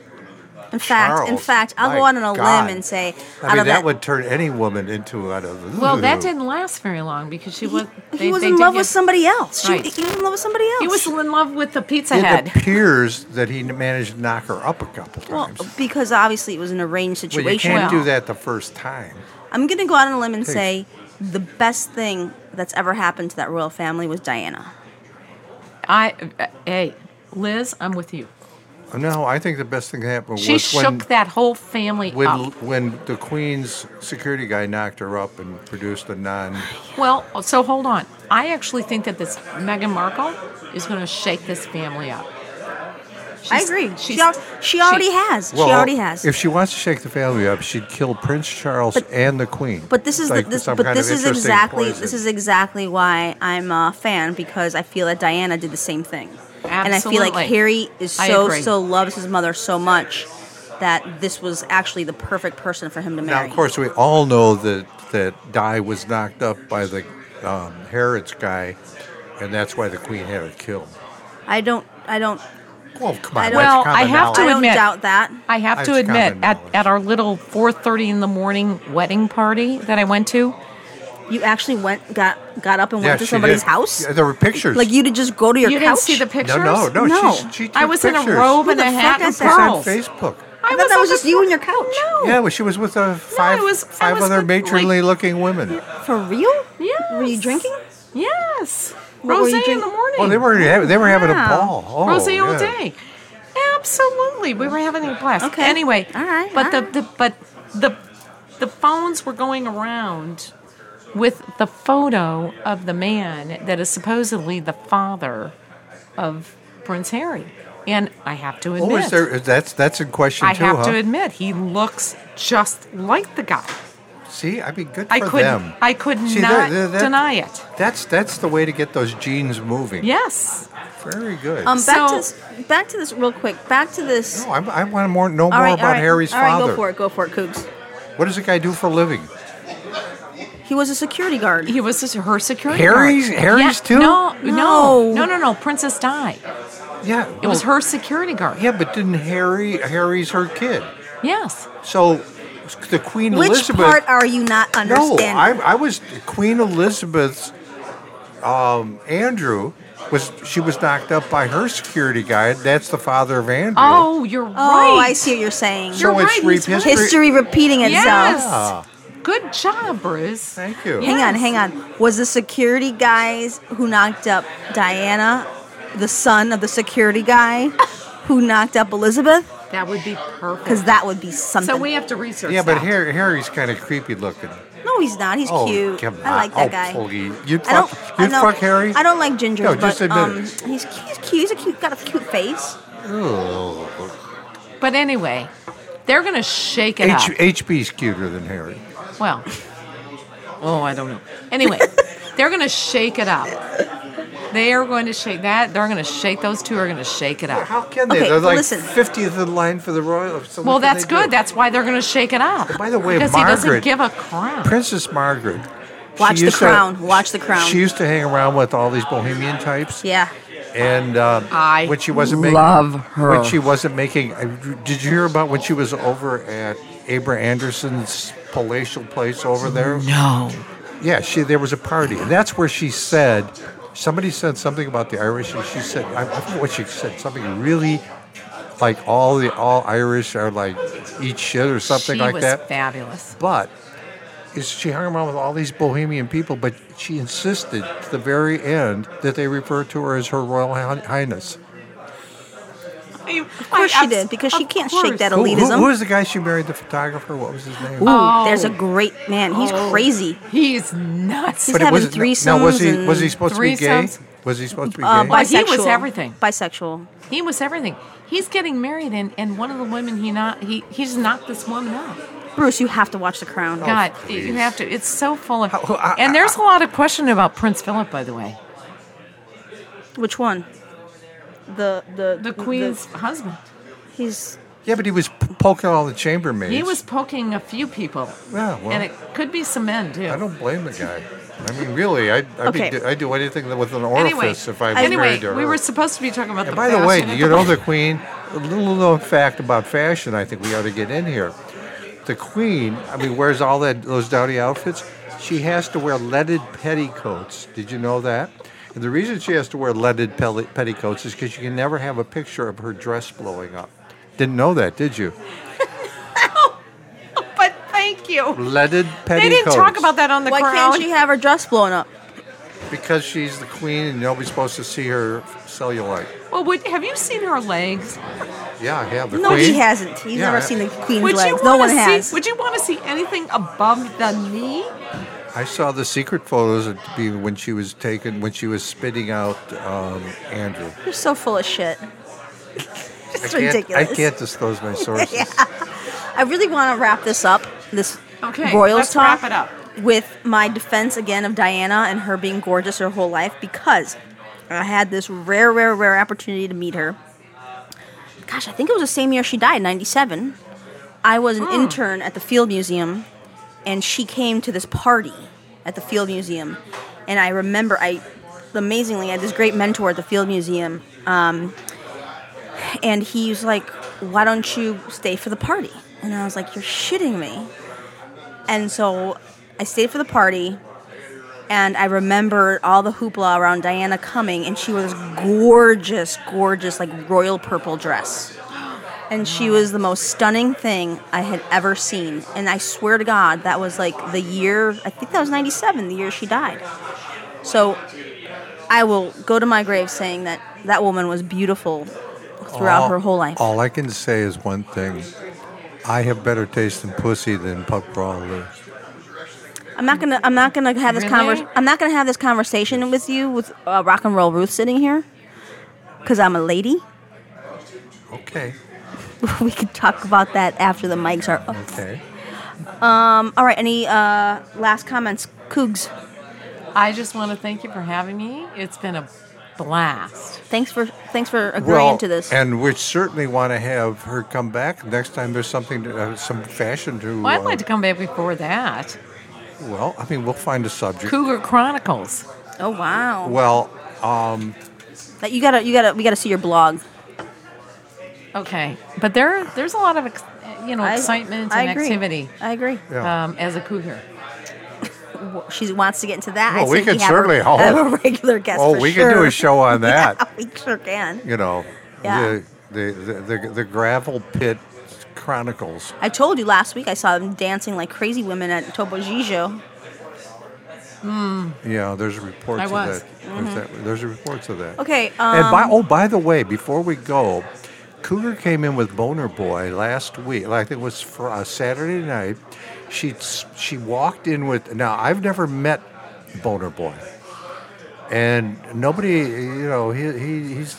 [SPEAKER 2] In fact, in
[SPEAKER 3] Charles,
[SPEAKER 2] fact, I'll
[SPEAKER 3] my
[SPEAKER 2] go out on a
[SPEAKER 3] God.
[SPEAKER 2] limb and say,
[SPEAKER 3] I
[SPEAKER 2] out
[SPEAKER 3] mean,
[SPEAKER 2] of
[SPEAKER 3] that, would turn any woman into out of.
[SPEAKER 4] Well, that
[SPEAKER 3] Ooh.
[SPEAKER 4] didn't last very long because she was.
[SPEAKER 2] he
[SPEAKER 4] they-
[SPEAKER 2] was
[SPEAKER 4] they
[SPEAKER 2] in
[SPEAKER 4] did
[SPEAKER 2] love
[SPEAKER 4] get-
[SPEAKER 2] with somebody else. She,
[SPEAKER 4] Right.
[SPEAKER 2] He was in love with somebody else.
[SPEAKER 4] He was in love with the pizza
[SPEAKER 3] It
[SPEAKER 4] head.
[SPEAKER 3] appears that he managed to knock her up a couple
[SPEAKER 2] well,
[SPEAKER 3] times.
[SPEAKER 2] because obviously it was an arranged
[SPEAKER 3] Well, you
[SPEAKER 2] situation.
[SPEAKER 3] can't do
[SPEAKER 4] Well.
[SPEAKER 3] that the first time.
[SPEAKER 2] I'm gonna go out on a limb and
[SPEAKER 3] Hey.
[SPEAKER 2] say the best thing that's ever happened to that royal family was Diana.
[SPEAKER 4] I, uh, hey, Liz, I'm with you.
[SPEAKER 3] Uh, No, I think the best thing that happened
[SPEAKER 4] She
[SPEAKER 3] was
[SPEAKER 4] shook
[SPEAKER 3] when
[SPEAKER 4] that whole family
[SPEAKER 3] when,
[SPEAKER 4] up.
[SPEAKER 3] when the Queen's security guy knocked her up and produced a non.
[SPEAKER 4] Well, so hold on. I actually think that this Meghan Markle is going to shake this family up.
[SPEAKER 2] I
[SPEAKER 4] She's-
[SPEAKER 2] agree. She,
[SPEAKER 4] she's-
[SPEAKER 2] al- she already has. she already has.
[SPEAKER 3] If she wants to shake the family up, she'd kill Prince Charles and the Queen.
[SPEAKER 2] but this is
[SPEAKER 3] Like
[SPEAKER 2] the, this,
[SPEAKER 3] some
[SPEAKER 2] but
[SPEAKER 3] kind
[SPEAKER 2] this
[SPEAKER 3] of
[SPEAKER 2] is
[SPEAKER 3] interesting
[SPEAKER 2] exactly
[SPEAKER 3] poison.
[SPEAKER 2] this is exactly why I'm a fan because I feel that Diana did the same thing, and I feel like
[SPEAKER 4] Absolutely.
[SPEAKER 2] Harry is
[SPEAKER 4] I
[SPEAKER 2] so
[SPEAKER 4] agree.
[SPEAKER 2] so loves his mother so much that this was actually the perfect person for him to marry.
[SPEAKER 3] Now, of course, we all know that that Di was knocked up by the um, Herod's guy, and that's why the Queen had her killed.
[SPEAKER 2] I don't I don't
[SPEAKER 3] Well, come on.
[SPEAKER 2] I
[SPEAKER 3] that's
[SPEAKER 2] don't- Well,
[SPEAKER 3] common
[SPEAKER 4] I have to
[SPEAKER 2] I
[SPEAKER 3] knowledge.
[SPEAKER 2] don't
[SPEAKER 4] admit-
[SPEAKER 2] doubt that.
[SPEAKER 4] I have to
[SPEAKER 3] That's
[SPEAKER 4] admit,
[SPEAKER 3] common
[SPEAKER 4] at,
[SPEAKER 3] knowledge.
[SPEAKER 4] at our little 4.30 in the morning wedding party that I went to,
[SPEAKER 2] You actually went got got up and
[SPEAKER 3] Yeah,
[SPEAKER 2] went to
[SPEAKER 3] she
[SPEAKER 2] somebody's
[SPEAKER 3] did.
[SPEAKER 2] house.
[SPEAKER 3] Yeah, there were pictures.
[SPEAKER 2] Like you to just go to your
[SPEAKER 4] you
[SPEAKER 2] couch.
[SPEAKER 4] didn't see the pictures?
[SPEAKER 3] No, no, no.
[SPEAKER 2] No.
[SPEAKER 3] She, she took
[SPEAKER 4] I was
[SPEAKER 3] pictures.
[SPEAKER 4] in a robe
[SPEAKER 2] Who
[SPEAKER 4] and
[SPEAKER 2] the
[SPEAKER 4] a hat
[SPEAKER 2] fuck
[SPEAKER 4] and
[SPEAKER 2] is
[SPEAKER 3] It's on
[SPEAKER 4] pearls.
[SPEAKER 3] Facebook.
[SPEAKER 2] I thought that
[SPEAKER 4] on
[SPEAKER 2] was
[SPEAKER 4] the
[SPEAKER 2] just you and your
[SPEAKER 4] fo-
[SPEAKER 2] couch.
[SPEAKER 4] No.
[SPEAKER 3] Yeah, well, she was with uh, five,
[SPEAKER 4] was- I
[SPEAKER 3] five
[SPEAKER 4] was
[SPEAKER 3] other
[SPEAKER 4] with, like-
[SPEAKER 3] matronly looking women.
[SPEAKER 2] For real?
[SPEAKER 4] Yes.
[SPEAKER 2] Were you drinking?
[SPEAKER 4] Yes.
[SPEAKER 2] What were you
[SPEAKER 4] Rosé in the
[SPEAKER 2] drink-
[SPEAKER 4] morning.
[SPEAKER 3] Well, Oh, they were ha- they were having a
[SPEAKER 2] Wow.
[SPEAKER 3] ball. Oh,
[SPEAKER 4] Rosie all
[SPEAKER 3] yeah.
[SPEAKER 4] day. Absolutely, we were having a blast.
[SPEAKER 2] Okay.
[SPEAKER 4] Anyway,
[SPEAKER 2] All right,
[SPEAKER 4] But
[SPEAKER 2] all
[SPEAKER 4] the,
[SPEAKER 2] right.
[SPEAKER 4] the but the the phones were going around with the photo of the man that is supposedly the father of Prince Harry, and I have to admit,
[SPEAKER 3] Oh, is there? is- That's that's in question
[SPEAKER 4] I
[SPEAKER 3] too,
[SPEAKER 4] have
[SPEAKER 3] huh?
[SPEAKER 4] to admit, he looks just like the guy.
[SPEAKER 3] See, I mean, good
[SPEAKER 4] I
[SPEAKER 3] for
[SPEAKER 4] could
[SPEAKER 3] them.
[SPEAKER 4] I could
[SPEAKER 3] See,
[SPEAKER 4] not
[SPEAKER 3] that- that- that-
[SPEAKER 4] deny it.
[SPEAKER 3] That's that's the way to get those genes moving.
[SPEAKER 4] Yes,
[SPEAKER 3] Very good.
[SPEAKER 2] Um, back to
[SPEAKER 4] So-
[SPEAKER 2] this, back to this real quick. Back to this.
[SPEAKER 3] no, I, I want to more know
[SPEAKER 2] all
[SPEAKER 3] more
[SPEAKER 2] right, all
[SPEAKER 3] about
[SPEAKER 2] right,
[SPEAKER 3] Harry's
[SPEAKER 2] all right,
[SPEAKER 3] father.
[SPEAKER 2] go for it. Go for it, Cougs.
[SPEAKER 3] What does the guy do for a living?
[SPEAKER 2] He was a security guard.
[SPEAKER 4] he was just her security.
[SPEAKER 3] Harry's-
[SPEAKER 4] guard.
[SPEAKER 3] Harry's
[SPEAKER 4] Yeah,
[SPEAKER 3] too?
[SPEAKER 4] No,
[SPEAKER 2] No.
[SPEAKER 4] no, no, no, no. Princess Di.
[SPEAKER 3] Yeah,
[SPEAKER 4] It was
[SPEAKER 3] well,
[SPEAKER 4] her security guard.
[SPEAKER 3] Oh. Yeah, but didn't Harry? Harry's her kid.
[SPEAKER 4] Yes.
[SPEAKER 3] So the Queen
[SPEAKER 2] Which
[SPEAKER 3] Elizabeth.
[SPEAKER 2] part are you not
[SPEAKER 3] no,
[SPEAKER 2] understanding?
[SPEAKER 3] I, I was Queen Elizabeth's. Um, Andrew was she was knocked up by her security guard. That's the father of Andrew.
[SPEAKER 4] Oh, you're right.
[SPEAKER 2] oh, I see what you're saying.
[SPEAKER 3] So
[SPEAKER 4] You're
[SPEAKER 3] it's
[SPEAKER 4] right,
[SPEAKER 3] re-
[SPEAKER 4] he's right.
[SPEAKER 3] history.
[SPEAKER 2] History repeating itself.
[SPEAKER 4] Yes.
[SPEAKER 3] Ah,
[SPEAKER 4] Good job, Bruce.
[SPEAKER 3] thank you.
[SPEAKER 2] Hang on,
[SPEAKER 4] Yes.
[SPEAKER 2] hang on. Was the security guys who knocked up Diana the son of the security guy who knocked up Elizabeth?
[SPEAKER 4] That would be
[SPEAKER 2] Because
[SPEAKER 4] perfect.
[SPEAKER 2] that would be something.
[SPEAKER 4] So we have to research.
[SPEAKER 3] Yeah, but
[SPEAKER 4] that.
[SPEAKER 3] Harry, Harry's kind of creepy looking.
[SPEAKER 2] no, he's not. He's
[SPEAKER 3] Oh,
[SPEAKER 2] cute.
[SPEAKER 3] come on.
[SPEAKER 2] I like that
[SPEAKER 3] Oh,
[SPEAKER 2] guy.
[SPEAKER 3] please. You'd
[SPEAKER 2] I don't.
[SPEAKER 3] fuck,
[SPEAKER 2] I
[SPEAKER 3] you'd
[SPEAKER 2] don't,
[SPEAKER 3] fuck Harry?
[SPEAKER 2] I don't like gingers,
[SPEAKER 3] No, just
[SPEAKER 2] but
[SPEAKER 3] admit
[SPEAKER 2] um,
[SPEAKER 3] it.
[SPEAKER 2] he's, he's cute. He's a cute. Got a cute face.
[SPEAKER 4] But anyway, they're gonna shake it
[SPEAKER 3] H,
[SPEAKER 4] up.
[SPEAKER 3] HB's cuter than Harry.
[SPEAKER 4] Well. Oh, I don't know. Anyway, they're gonna shake it up. They are going to shake that. They're going to shake. Those two are going to shake it up.
[SPEAKER 3] How can they?
[SPEAKER 2] Okay,
[SPEAKER 3] They're like
[SPEAKER 2] listen.
[SPEAKER 3] 50th in line for the royal. so what
[SPEAKER 4] Well,
[SPEAKER 3] can
[SPEAKER 4] that's
[SPEAKER 3] they do?
[SPEAKER 4] good. That's why they're going to shake it up.
[SPEAKER 3] By the way,
[SPEAKER 4] because he
[SPEAKER 3] Margaret-
[SPEAKER 4] doesn't give a crap.
[SPEAKER 3] Princess Margaret. she
[SPEAKER 2] Watch the
[SPEAKER 3] used to-
[SPEAKER 2] crown. Watch the crown.
[SPEAKER 3] She used to hang around with all these bohemian types.
[SPEAKER 2] Yeah.
[SPEAKER 3] And um,
[SPEAKER 4] I
[SPEAKER 3] when she wasn't making,
[SPEAKER 1] love her.
[SPEAKER 3] When she wasn't making, I- did you hear about when she was over at Abra Anderson's palatial place over there?
[SPEAKER 1] No.
[SPEAKER 3] Yeah, she there was a party, and that's where she said somebody said something about the Irish, and she said I, I forget what she said something really like all the all Irish are like eat shit or something
[SPEAKER 4] she
[SPEAKER 3] like
[SPEAKER 4] was
[SPEAKER 3] that.
[SPEAKER 4] fabulous.
[SPEAKER 3] But is she hung around with all these bohemian people, but she insisted to the very end that they refer to her as her Royal Hi- Highness.
[SPEAKER 4] Of
[SPEAKER 2] Of course she did because she can't shake that
[SPEAKER 3] Who, who,
[SPEAKER 2] elitism.
[SPEAKER 3] who was the guy she married? The photographer? What was his name?
[SPEAKER 2] Ooh,
[SPEAKER 4] Oh.
[SPEAKER 2] there's a great man. He's crazy.
[SPEAKER 4] He's nuts.
[SPEAKER 2] He's
[SPEAKER 3] it
[SPEAKER 2] having
[SPEAKER 3] wasn't-
[SPEAKER 2] threesomes.
[SPEAKER 3] Now was he
[SPEAKER 2] and,
[SPEAKER 3] was he supposed to be gay?
[SPEAKER 4] Threesomes?
[SPEAKER 3] Was he supposed to be
[SPEAKER 2] uh,
[SPEAKER 3] gay?
[SPEAKER 4] Well, he
[SPEAKER 2] bisexual?
[SPEAKER 4] was everything.
[SPEAKER 2] Bisexual.
[SPEAKER 4] He was everything. He's getting married, and, and one of the women he not he he's knocked this woman out.
[SPEAKER 2] Bruce, you have to watch The Crown.
[SPEAKER 4] God,
[SPEAKER 3] Oh, please.
[SPEAKER 4] you have to. It's so full of.
[SPEAKER 3] How- I-
[SPEAKER 4] and there's a lot of question about Prince Philip, by the way.
[SPEAKER 2] Which one? the the
[SPEAKER 4] The queen's husband.
[SPEAKER 2] he's
[SPEAKER 3] Yeah, but he was p- poking all the chambermaids.
[SPEAKER 4] He was poking a few people.
[SPEAKER 3] Yeah, well.
[SPEAKER 4] and it could be some men too.
[SPEAKER 3] I don't blame the guy. I mean, really, I, I'd
[SPEAKER 2] Okay.
[SPEAKER 3] be, I'd do anything with an
[SPEAKER 4] anyway,
[SPEAKER 3] orifice if I was
[SPEAKER 4] anyway,
[SPEAKER 3] married to her.
[SPEAKER 4] we were supposed to be talking about
[SPEAKER 3] And
[SPEAKER 4] the.
[SPEAKER 3] by the way,
[SPEAKER 4] fashion
[SPEAKER 3] do
[SPEAKER 4] at
[SPEAKER 3] you
[SPEAKER 4] the-
[SPEAKER 3] know the Queen? A little known fact about fashion, I think we ought to get in here. The Queen, I mean, wears all that those dowdy outfits. She has to wear leaded petticoats. Did you know that? And the reason she has to wear leaded pelli- petticoats is because you can never have a picture of her dress blowing up. Didn't know that, did you?
[SPEAKER 4] But thank you.
[SPEAKER 3] Leaded
[SPEAKER 4] They
[SPEAKER 3] petticoats.
[SPEAKER 4] didn't talk about that on the
[SPEAKER 2] why
[SPEAKER 4] crown.
[SPEAKER 2] can't she have her dress blown up?
[SPEAKER 3] Because she's the Queen and nobody's supposed to see her cellulite.
[SPEAKER 4] Well, would, have you seen her legs?
[SPEAKER 3] Yeah, I have. The
[SPEAKER 2] No,
[SPEAKER 3] Queen.
[SPEAKER 2] he hasn't. He's
[SPEAKER 3] Yeah,
[SPEAKER 2] never
[SPEAKER 3] I-
[SPEAKER 2] seen the queen's
[SPEAKER 4] Would you
[SPEAKER 2] legs.
[SPEAKER 4] want
[SPEAKER 2] No one
[SPEAKER 4] to see?
[SPEAKER 2] has.
[SPEAKER 4] Would you want to see anything above the knee?
[SPEAKER 3] I saw the secret photos of be when she was taken when she was spitting out um, Andrew.
[SPEAKER 2] You're so full of shit.
[SPEAKER 3] I
[SPEAKER 2] it's
[SPEAKER 3] can't,
[SPEAKER 2] ridiculous.
[SPEAKER 3] I can't disclose my sources.
[SPEAKER 2] I really want to wrap this up. This
[SPEAKER 4] Okay,
[SPEAKER 2] Royals
[SPEAKER 4] let's
[SPEAKER 2] talk
[SPEAKER 4] wrap it up.
[SPEAKER 2] with my defense again of Diana and her being gorgeous her whole life because I had this rare, rare, rare opportunity to meet her. Gosh, I think it was the same year she died, '97. I was
[SPEAKER 4] Hmm.
[SPEAKER 2] an intern at the Field Museum, and she came to this party at the Field Museum, and I remember I amazingly I had this great mentor at the Field Museum. Um, and he was like, "Why don't you stay for the party?" And I was like, "You're shitting me." And so I stayed for the party, and I remember all the hoopla around Diana coming, and she was gorgeous, gorgeous, like royal purple dress. And she was the most stunning thing I had ever seen. And I swear to God, that was like the year, I think that was 97, the year she died. So I will go to my grave saying that that woman was beautiful throughout
[SPEAKER 3] All-
[SPEAKER 2] her whole life.
[SPEAKER 3] All I can say is one thing: I have better taste in pussy than Puck Brawler.
[SPEAKER 2] I'm not gonna. I'm not gonna have this
[SPEAKER 4] Really?
[SPEAKER 2] convers. I'm not gonna have this conversation with you with uh, rock and roll Ruth sitting here, because I'm a lady.
[SPEAKER 3] Okay,
[SPEAKER 2] we could talk about that after the mics are up.
[SPEAKER 3] okay.
[SPEAKER 2] Um, all right. Any uh, last comments, Cougs?
[SPEAKER 4] I just want to thank you for having me. It's been a blast.
[SPEAKER 2] Thanks for thanks for agreeing
[SPEAKER 3] Well,
[SPEAKER 2] to this.
[SPEAKER 3] and we certainly want to have her come back next time. There's something, to, uh, some fashion to.
[SPEAKER 4] Well, I'd
[SPEAKER 3] uh,
[SPEAKER 4] like to come back before that.
[SPEAKER 3] Well, I mean, we'll find a subject.
[SPEAKER 4] Cougar Chronicles.
[SPEAKER 2] oh wow.
[SPEAKER 3] Well,
[SPEAKER 2] That- you gotta you gotta we gotta see your blog.
[SPEAKER 4] Okay, but there there's a lot of ex, you know
[SPEAKER 2] I-
[SPEAKER 4] excitement
[SPEAKER 2] I
[SPEAKER 4] and
[SPEAKER 2] agree.
[SPEAKER 4] activity
[SPEAKER 2] I agree.
[SPEAKER 3] Yeah.
[SPEAKER 4] um, as a cougar.
[SPEAKER 2] She wants to get into that.
[SPEAKER 3] Well,
[SPEAKER 2] I
[SPEAKER 3] we
[SPEAKER 2] think
[SPEAKER 3] can
[SPEAKER 2] have
[SPEAKER 3] certainly-
[SPEAKER 2] a,
[SPEAKER 3] oh.
[SPEAKER 2] have a regular guest.
[SPEAKER 3] oh,
[SPEAKER 2] for
[SPEAKER 3] we
[SPEAKER 2] sure.
[SPEAKER 3] can do a show on that.
[SPEAKER 2] Yeah, we sure can.
[SPEAKER 3] you know,
[SPEAKER 2] Yeah.
[SPEAKER 3] the, the, the, the, the gravel pit chronicles.
[SPEAKER 2] I told you last week I saw them dancing like crazy women at Topo Gijo.
[SPEAKER 3] Yeah, there's reports
[SPEAKER 4] I
[SPEAKER 3] of
[SPEAKER 4] was.
[SPEAKER 3] that. There's that- There's reports of that.
[SPEAKER 2] Mm-hmm. Okay. Um,
[SPEAKER 3] And by, oh, by the way, before we go, Cougar came in with Boner Boy last week. I think it was for uh, Saturday night. She s- she walked in with. Now I've never met Boner Boy, and nobody, you know, he, he he's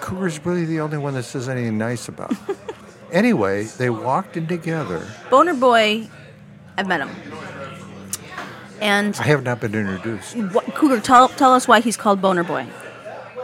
[SPEAKER 3] Cougar's really the only one that says anything nice about. him. anyway, they walked in together.
[SPEAKER 2] Boner Boy, I've met him. And
[SPEAKER 3] I have not been introduced.
[SPEAKER 2] what, Cougar, tell, tell us why he's called Boner Boy.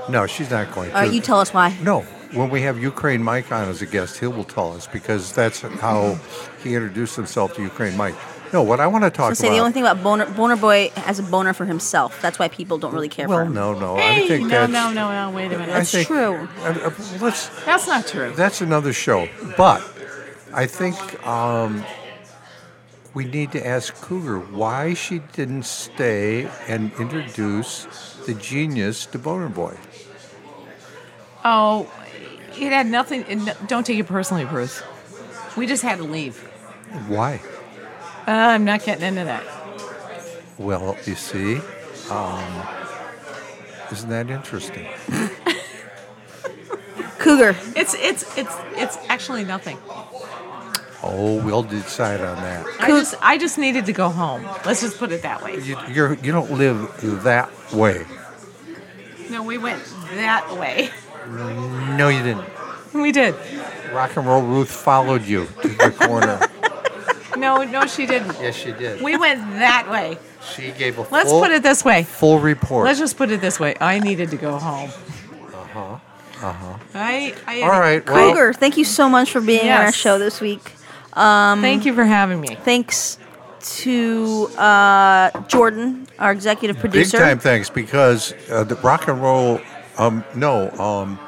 [SPEAKER 3] No, she's not going to.
[SPEAKER 2] All right, Uh, you tell us why.
[SPEAKER 3] No, when we have Ukraine Mike on as a guest, he will tell us because that's how he introduced himself to Ukraine Mike. No, what I want to
[SPEAKER 2] I
[SPEAKER 3] talk
[SPEAKER 2] say
[SPEAKER 3] about.
[SPEAKER 2] the only thing about Boner, Boner Boy has a boner for himself. That's why people don't really care
[SPEAKER 3] well,
[SPEAKER 2] for him.
[SPEAKER 3] no, no, I
[SPEAKER 4] Hey,
[SPEAKER 3] think
[SPEAKER 4] no,
[SPEAKER 3] that's.
[SPEAKER 4] no, no, no! Wait a minute.
[SPEAKER 3] I
[SPEAKER 2] That's
[SPEAKER 3] think,
[SPEAKER 2] true.
[SPEAKER 3] uh, uh, let's.
[SPEAKER 4] That's not true.
[SPEAKER 3] That's another show, but I think um, we need to ask Cougar why she didn't stay and introduce the genius to Boner Boy.
[SPEAKER 4] Oh, it had nothing. It, no- don't take it personally, Bruce. We just had to leave.
[SPEAKER 3] Why?
[SPEAKER 4] Uh, I'm not getting into that.
[SPEAKER 3] Well, you see, um, isn't that interesting?
[SPEAKER 2] Cougar,
[SPEAKER 4] It's it's it's it's actually nothing.
[SPEAKER 3] Oh, we'll decide on that.
[SPEAKER 4] I just I just needed to go home. Let's just put it that way.
[SPEAKER 3] You, you're, you don't live that way.
[SPEAKER 4] No, we went that way.
[SPEAKER 3] No, you didn't.
[SPEAKER 4] We did.
[SPEAKER 3] Rock and Roll Ruth followed you to the corner.
[SPEAKER 4] No, no, she didn't.
[SPEAKER 3] yes, she did.
[SPEAKER 4] We went that way.
[SPEAKER 3] she gave a
[SPEAKER 4] Let's
[SPEAKER 3] full,
[SPEAKER 4] put it this way.
[SPEAKER 3] full report.
[SPEAKER 4] Let's just put it this way. I needed to go home.
[SPEAKER 5] I, I
[SPEAKER 3] Uh-huh. All right. Well,
[SPEAKER 2] Cougar, thank you so much for being on our
[SPEAKER 5] Yes.
[SPEAKER 2] show this week.
[SPEAKER 4] Thank you for having me.
[SPEAKER 2] Thanks to uh, Jordan, our executive
[SPEAKER 3] big
[SPEAKER 2] producer.
[SPEAKER 3] time thanks because uh, the rock and roll. Um, no. Um,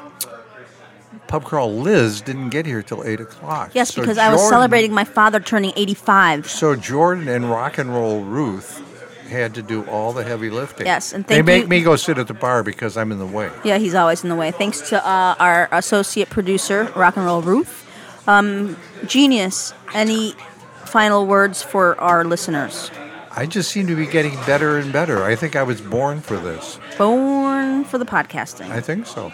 [SPEAKER 3] Pub crawl Liz didn't get here till eight o'clock.
[SPEAKER 2] Yes,
[SPEAKER 3] So
[SPEAKER 2] because I was
[SPEAKER 3] Jordan-
[SPEAKER 2] celebrating my father turning 85.
[SPEAKER 3] So Jordan and rock and roll Ruth had to do all the heavy lifting.
[SPEAKER 2] Yes, and
[SPEAKER 3] they
[SPEAKER 2] thank
[SPEAKER 3] make
[SPEAKER 2] you-
[SPEAKER 3] me go sit at the bar because I'm in the way.
[SPEAKER 2] Yeah, he's always in the way. Thanks to uh, our associate producer, Rock and Roll Ruth. Um, genius. Any final words for our listeners?
[SPEAKER 3] I just seem to be getting better and better. I think I was born for this.
[SPEAKER 2] Born for the podcasting.
[SPEAKER 3] I think so.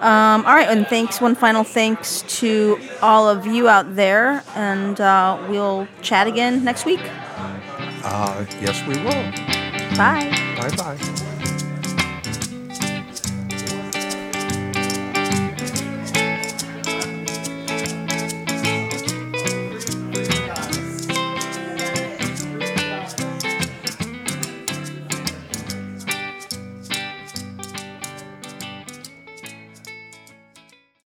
[SPEAKER 2] Um, all right, and thanks. One final thanks to all of you out there, and uh, we'll chat again next week.
[SPEAKER 3] Uh, yes, we will.
[SPEAKER 2] Bye.
[SPEAKER 3] Bye bye.